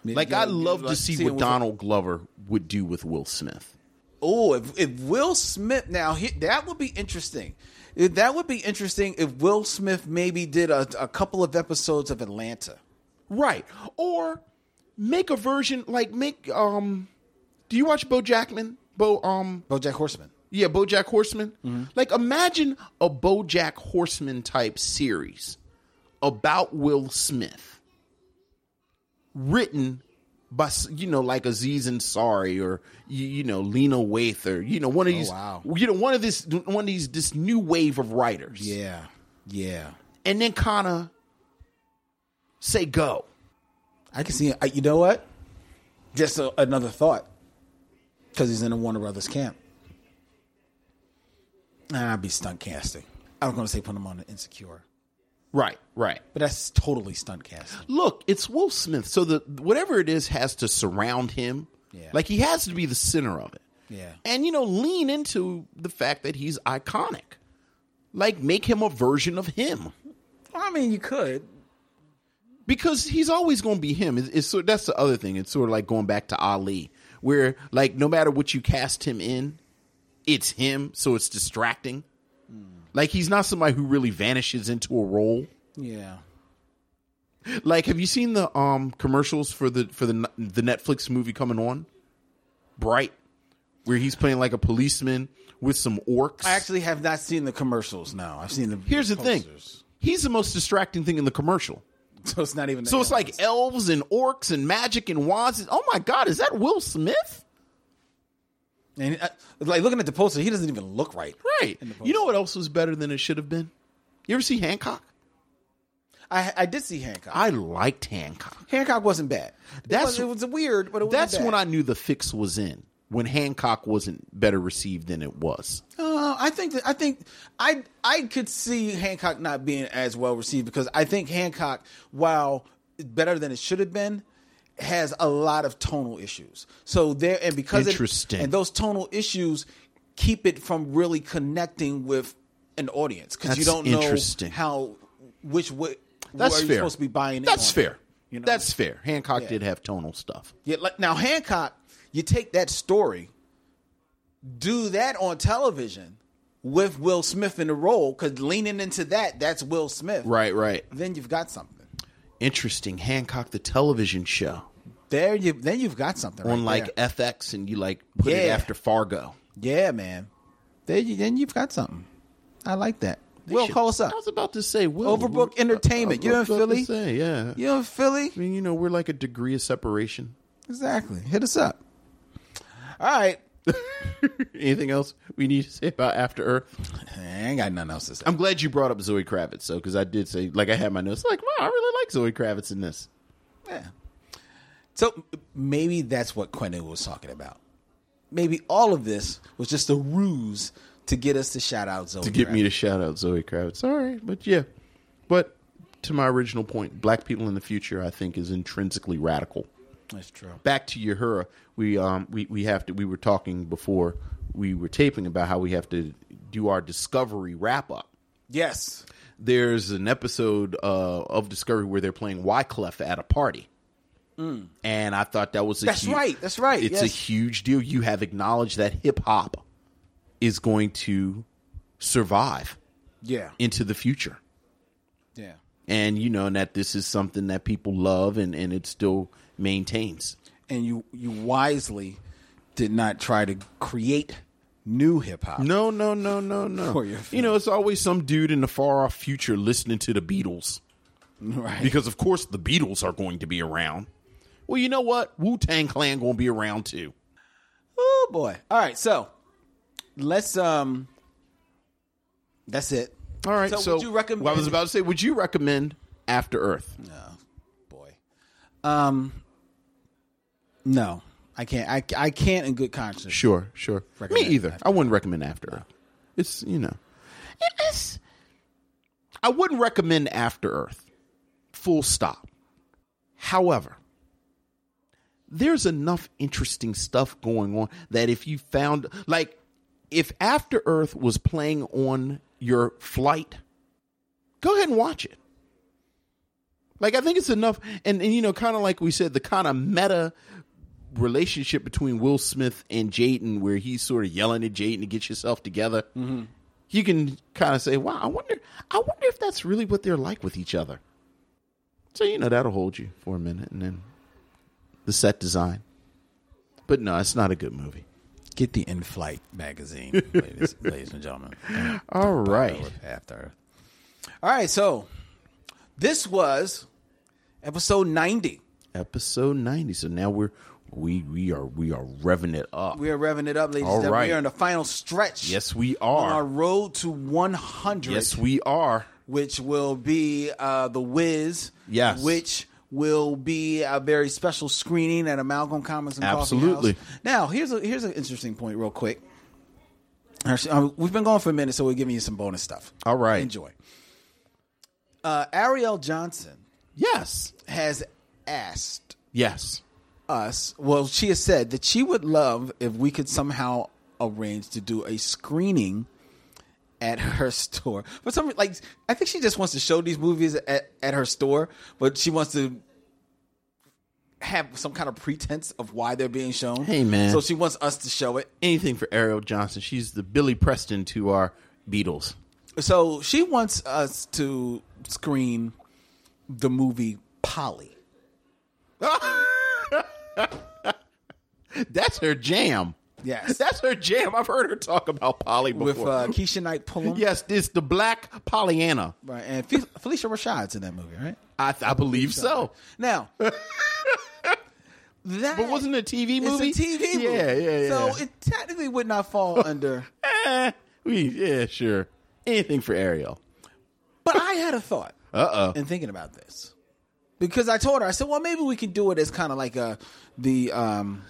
Like I love to see what Donald Glover would do with Will Smith. Oh, if, if Will Smith now he, that would be interesting. If- That would be interesting if Will Smith maybe did a, a couple of episodes of Atlanta. Right. Or make a version like make um do you watch Bo Jackman? Bo um BoJack Horseman. yeah, BoJack Horseman. Mm-hmm. Like imagine a BoJack Horseman type series about Will Smith, written by s- you know like Aziz Ansari or you, you know Lena Waithe or you know one of these Oh, wow. you know one of this one of these this new wave of writers. Yeah, yeah. and then kind of say go. I can see. I, you know what? Just a, another thought, because he's in the Warner Brothers camp. Nah, I'd be stunt casting. I was going to say put him on the Insecure, Right, right. but that's totally stunt casting. Look, it's Will Smith, so the whatever it is has to surround him. Yeah. Like he has to be the center of it. Yeah, and you know lean into the fact that he's iconic like make him a version of him I mean you could. because he's always going to be him it's, it's sort- that's the other thing it's sort of like going back to ali where like no matter what you cast him in it's him, so it's distracting. Like he's not somebody who really vanishes into a role. Yeah. Like, have you seen the um commercials for the for the the Netflix movie coming on, Bright, where he's playing like a policeman with some orcs? I actually have not seen the commercials now. I've seen the Here's the thing: posters. he's the most distracting thing in the commercial. So it's not even So it's like elves and orcs and magic and wands. Oh my god, is that Will Smith? and, uh, like looking at the poster, he doesn't even look right. Right. You know what else was better than it should have been? You ever see Hancock? I I did see Hancock. I liked Hancock. Hancock wasn't bad. It That's- was, it was weird, but it That's wasn't when bad. I knew the fix was in. When Hancock wasn't better received than it was. Uh, I think that I think I I could see Hancock not being as well received because I think Hancock, while better than it should have been, has a lot of tonal issues. So there and because it- Interesting. and those tonal issues keep it from really connecting with an audience because you That's don't know interesting. how which way That's where fair. you're supposed to be buying. in That's on. fair. You know? That's fair. Hancock Yeah. did have tonal stuff. Yeah, like, now Hancock, you take that story, do that on television with Will Smith in the role, because leaning into that, that's Will Smith. Right, right. Then you've got something. Interesting. Hancock the television show There you then you've got something. on right like there. FX and you like put it Yeah. after Fargo. Yeah, man. There you then you've got something. I like that. Will Shit. call us up. I was about to say Will Overbrook Entertainment. I You in was about to Philly? say, yeah. You in Philly? I mean, you know, we're like a degree of separation. Exactly. Hit us up. All right. Anything else we need to say about After Earth? I ain't got nothing else to say. I'm glad you brought up Zoe Kravitz, though, because I did say, like, I had my notes, like, wow, I really like Zoe Kravitz in this. Yeah. So maybe that's what Quentin was talking about. Maybe all of this was just a ruse to get us to shout out Zoe. To get me to shout out Zoe Kravitz. All right, but yeah. But to my original point, black people in the future, I think, is intrinsically radical. That's true. Back to Uhura, we um we, we have to we were talking before we were taping about how we have to do our discovery wrap up. Yes. there's an episode uh, of Discovery where they're playing Wyclef at a party. And I thought that was a Mm. That's hu- right, that's right, It's a yes. huge deal. You have acknowledged that hip hop is going to survive Yeah. into the future, Yeah. and you know and that this is something that people love, and and it still maintains. And you you wisely did not try to create new hip hop. No, no, no, no, no. For your You know, it's always some dude in the far off future listening to the Beatles. Right. because of course the Beatles are going to be around. Well, you know what? Wu Tang Clan going to be around too. oh boy. All right, so let's um that's it. All right. So So, would you recommend- Well, I was about to say, would you recommend After Earth? Boy. Um no. I can't I, I can't in good conscience. Sure, sure. Me Recommend either. After I wouldn't recommend After Earth. It's you know, it's. I wouldn't recommend After Earth. Full stop. However, there's enough interesting stuff going on that if you found like if After Earth was playing on your flight, go ahead and watch it. Like I think it's enough and, and you know, kinda like we said, the kind of meta relationship between Will Smith and Jaden where he's sort of yelling at Jaden to get yourself together. You can kind of say, "Wow, I wonder, I wonder if that's really what they're like with each other." So you know that'll hold you for a minute, and then the set design. But no, it's not a good movie. Get the In Flight magazine, ladies, ladies and gentlemen. All right, After. All right, so this was episode 90. episode ninety. So now we're we we are we are revving it up. We are revving it up, ladies All and gentlemen. right. We are in the final stretch. yes, we On our are. road to 100. Yes, we are. which will be uh, The Wiz. Yes. Which will be a very special screening at Amalgam Commons and Absolutely. Coffee House. Now, here's a here's an interesting point, real quick. Actually, uh, we've been going for a minute, so we're giving you some bonus stuff. All right. enjoy. Uh, Ariel Johnson Yes, has asked yes. us. Well, she has said that she would love if we could somehow arrange to do a screening at her store. For some like, I think she just wants to show these movies at, at her store, but she wants to have some kind of pretense of why they're being shown. Hey, man. So she wants us to show it. Anything for Ariel Johnson. She's the Billy Preston to our Beatles. So she wants us to screen the movie Polly. That's her jam. Yes. That's her jam. I've heard her talk about Polly before. with uh, Keisha Knight Pullum. yes, it's the Black Pollyanna. Right. And Fe- Felicia Rashad's in that movie, right? I, I believe so. Now, that But wasn't it a TV it's movie? a TV movie. Yeah, yeah, yeah. So it technically would not fall under. Eh, we, yeah, sure. Anything for Ariel. But I had a thought Uh oh. in thinking about this because I told her I said, well, maybe we can do it as kind of like a the um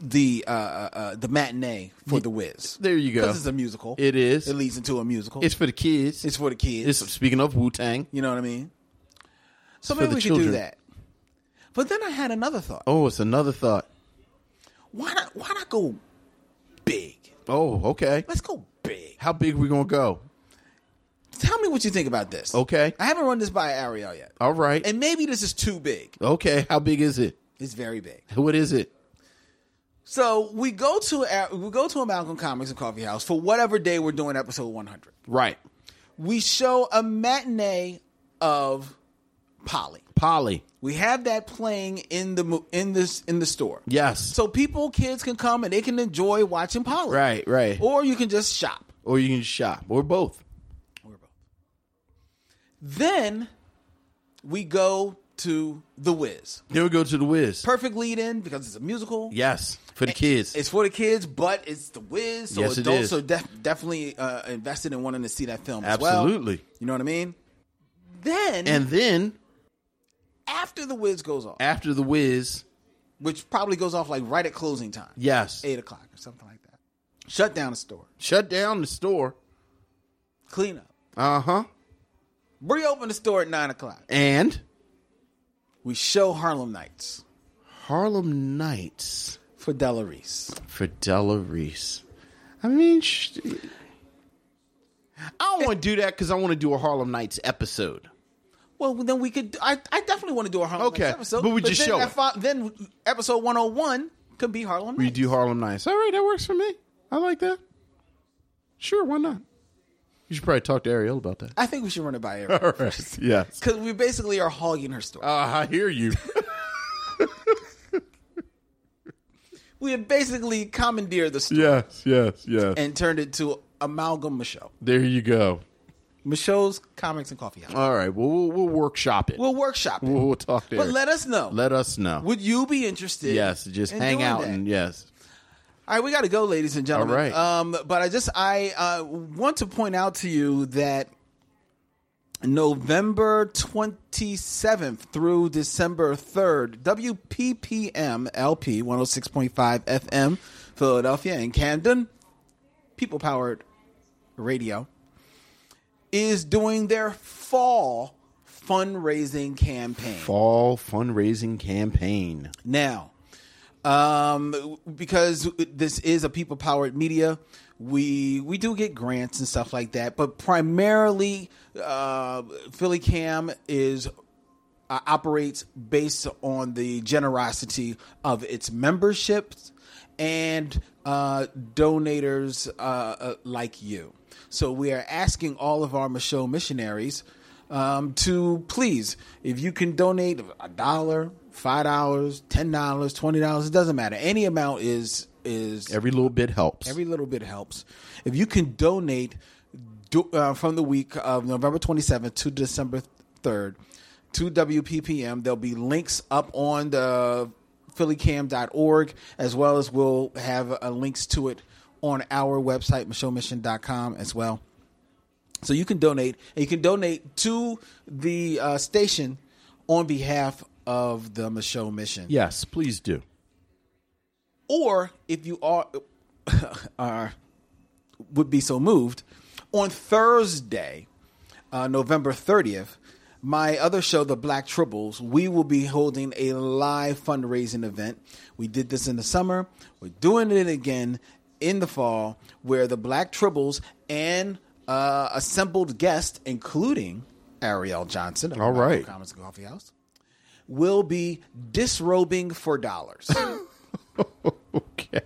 the uh, uh uh, the matinee for the Wiz. There you go. Because it's a musical. It is. It leads into a musical. It's for the kids. it's for the kids. It's speaking of Wu Tang. You know what I mean? So for maybe the we could do children. that. But then I had another thought. Oh, it's another thought. Why not? Why not go big? Oh, okay. Let's go big. How big we gonna go? Tell me what you think about this. Okay. I haven't run this by Ariel yet, All right. and maybe this is too big. okay. How big is it? It's very big. What is it? So we go to Ar- we go to Amalgam Comics and Coffee House for whatever day we're doing episode 100. Right. We show a matinee of Polly. Polly. We have that playing in the mo- in this in the store. Yes. So people, kids can come and they can enjoy watching Polly. right. Right. Or, Or you can just shop. you can shop or both. Then we go to The Wiz. Then we go to the Wiz. Perfect lead in because it's a musical. yes. For the kids. It's for the kids, but it's The Wiz. So Yes, it adults is. are def- definitely uh, invested in wanting to see that film as well. Mm-hmm. Absolutely. You know what I mean? Then, And then after The Wiz goes off, after the Wiz, which probably goes off like right at closing time, yes. 8 o'clock or something like that, shut down the store, Shut down the store. clean up, Uh huh. reopen the store at 9 o'clock. And We show Harlem Nights Harlem Nights for Della Reese. for Della Reese. I mean, sh- I don't want to do that because I want to do a Harlem Nights episode. Well, then we could. I, I definitely want to do a Harlem Okay, Nights episode. but we just then show that it. fi- then episode one hundred and one could be Harlem. We Nights. do Harlem Nights. All right, that works for me. I like that. Sure, why not? You should probably talk to Ariel about that. I think we should run it by Eric right. Yes. because we basically are hogging her story. Uh, I hear you. we have basically commandeered the story yes, yes, yes. and turned it to amalgam Michelle, there you go. Michelle's Comics and Coffee House. All right. Well, we'll, we'll workshop it. we'll workshop it, we'll, we'll talk to but Ariel. let us know. Let us know. Would you be interested? yes, just in hang doing out that? and yes. All right, we got to go, ladies and gentlemen. All right. Um, but I just I uh, want to point out to you that November twenty seventh through December third, WPPM LP one hundred six point five FM, Philadelphia and Camden, people powered radio, is doing their fall fundraising campaign. Fall fundraising campaign. Now, um, because this is a people powered media, we we do get grants and stuff like that, but primarily uh, Philly Cam is uh, operates based on the generosity of its memberships and uh, donators uh, uh, like you. So we are asking all of our Michelle missionaries um, to please, if you can donate a dollar, five dollars, ten dollars, twenty dollars, it doesn't matter. Any amount is is Every little bit helps. Every little bit helps. If you can donate do, uh, from the week of November 27th to December 3rd to WPPM, there'll be links up on the phillycam.org as well as we'll have uh, links to it on our website, michellemission.com as well. So you can donate, and you can donate to the uh, station on behalf of the Michelle Mission yes, please do. or if you are are would be so moved on Thursday, uh, November thirtieth. My other show, The Black Tribbles, we will be holding a live fundraising event. We did this in the summer. We're doing it again in the fall, where the Black Tribbles and uh, assembled guests, including Ariel Johnson, of All Michael right. Commons Coffee House, will be disrobing for dollars. Okay.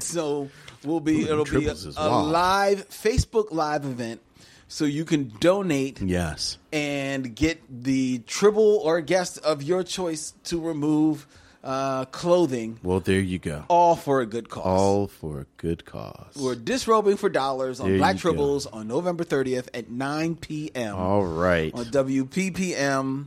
so we'll be it'll be a, triples is a wild. live Facebook live event, so you can donate Yes. and get the tribble or guest of your choice to remove uh, clothing, Well, there you go. all for a good cause. All for a good because We're disrobing for dollars on There Black you go. Tribbles on November 30th at 9 p.m. All right. on WPPM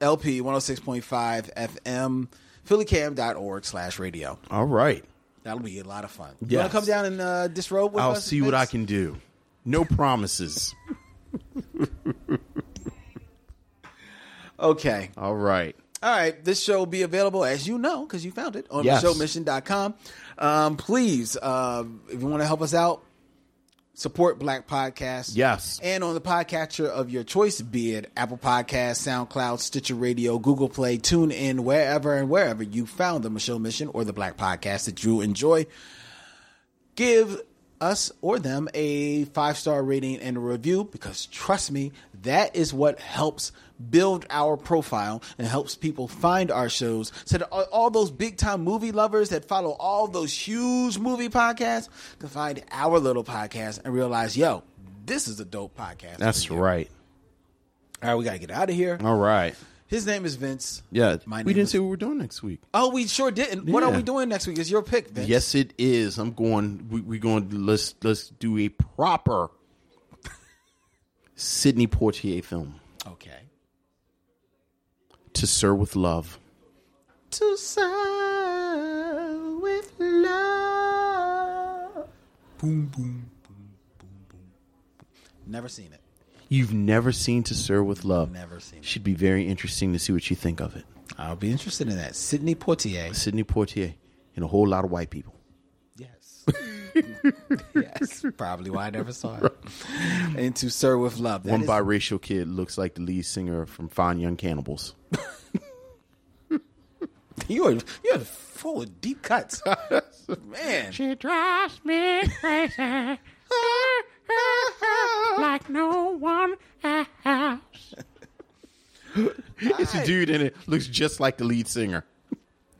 LP 106.5 FM, phillycam.org slash radio. All right. That'll be a lot of fun. You Yes. want to come down and uh, disrobe with I'll us, see what I Vince? can do. No promises. Okay. All right. All right, this show will be available, as you know, because you found it, on Yes. showmission.com. Um, please, uh, if you want to help us out, support Black Podcasts. Yes. And on the podcatcher of your choice, be it Apple Podcasts, SoundCloud, Stitcher Radio, Google Play, TuneIn, wherever and wherever you found the Michelle Mission or the Black Podcast that you enjoy, give us or them a five star rating and a review because trust me, that is what helps build our profile and helps people find our shows. So that all- all those big time movie lovers that follow all those huge movie podcasts can find our little podcast and realize, yo, this is a dope podcast. That's right. all right. We gotta get out of here. All right. His name is Vince. Yeah. My we name didn't is- say what we're doing next week. Oh, we sure didn't. What are Yeah. we doing next week? Is your pick, Vince? Yes, it is. I'm going. We, we're going. Let's let's do a proper Sydney Portier film. Okay. To Sir with Love. To serve with love. Boom, boom, boom, boom, boom. Never seen it. You've never seen To Sir with Love. Never seen it. Should be very interesting to see what you think of it. I'll be interested in that. Sydney Poitier. Sydney Portier and a whole lot of white people. Yes. yes. Probably why I never saw it. And to serve with love. That One is- biracial kid looks like the lead singer from Fine Young Cannibals. You're you're full of deep cuts. Man. She drives me crazy like no one else. it's a dude and it looks just like the lead singer.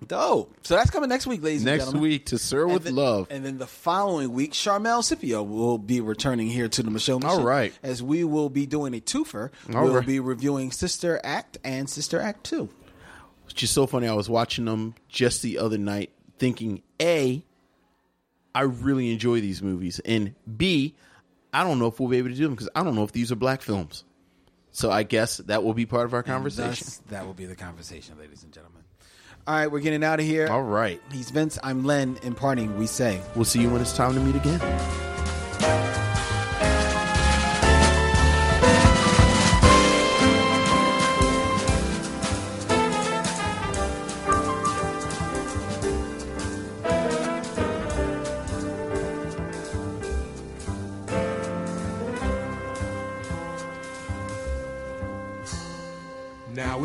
Dope. So that's coming next week, ladies and Next gentlemen. week, To Sir with then, Love. And then the following week, Charmel Scipio will be returning here to the Michelle Mission. All right. As we will be doing a twofer. All we'll right. be reviewing Sister Act and Sister Act 2. It's just so funny. I was watching them just the other night thinking, A, I really enjoy these movies. And B, I don't know if we'll be able to do them because I don't know if these are black films. So I guess that will be part of our conversation. Thus, that will be the conversation, ladies and gentlemen. All right, we're getting out of here. All right. He's Vince. I'm Len. In parting, we say. We'll see you when it's time to meet again. Now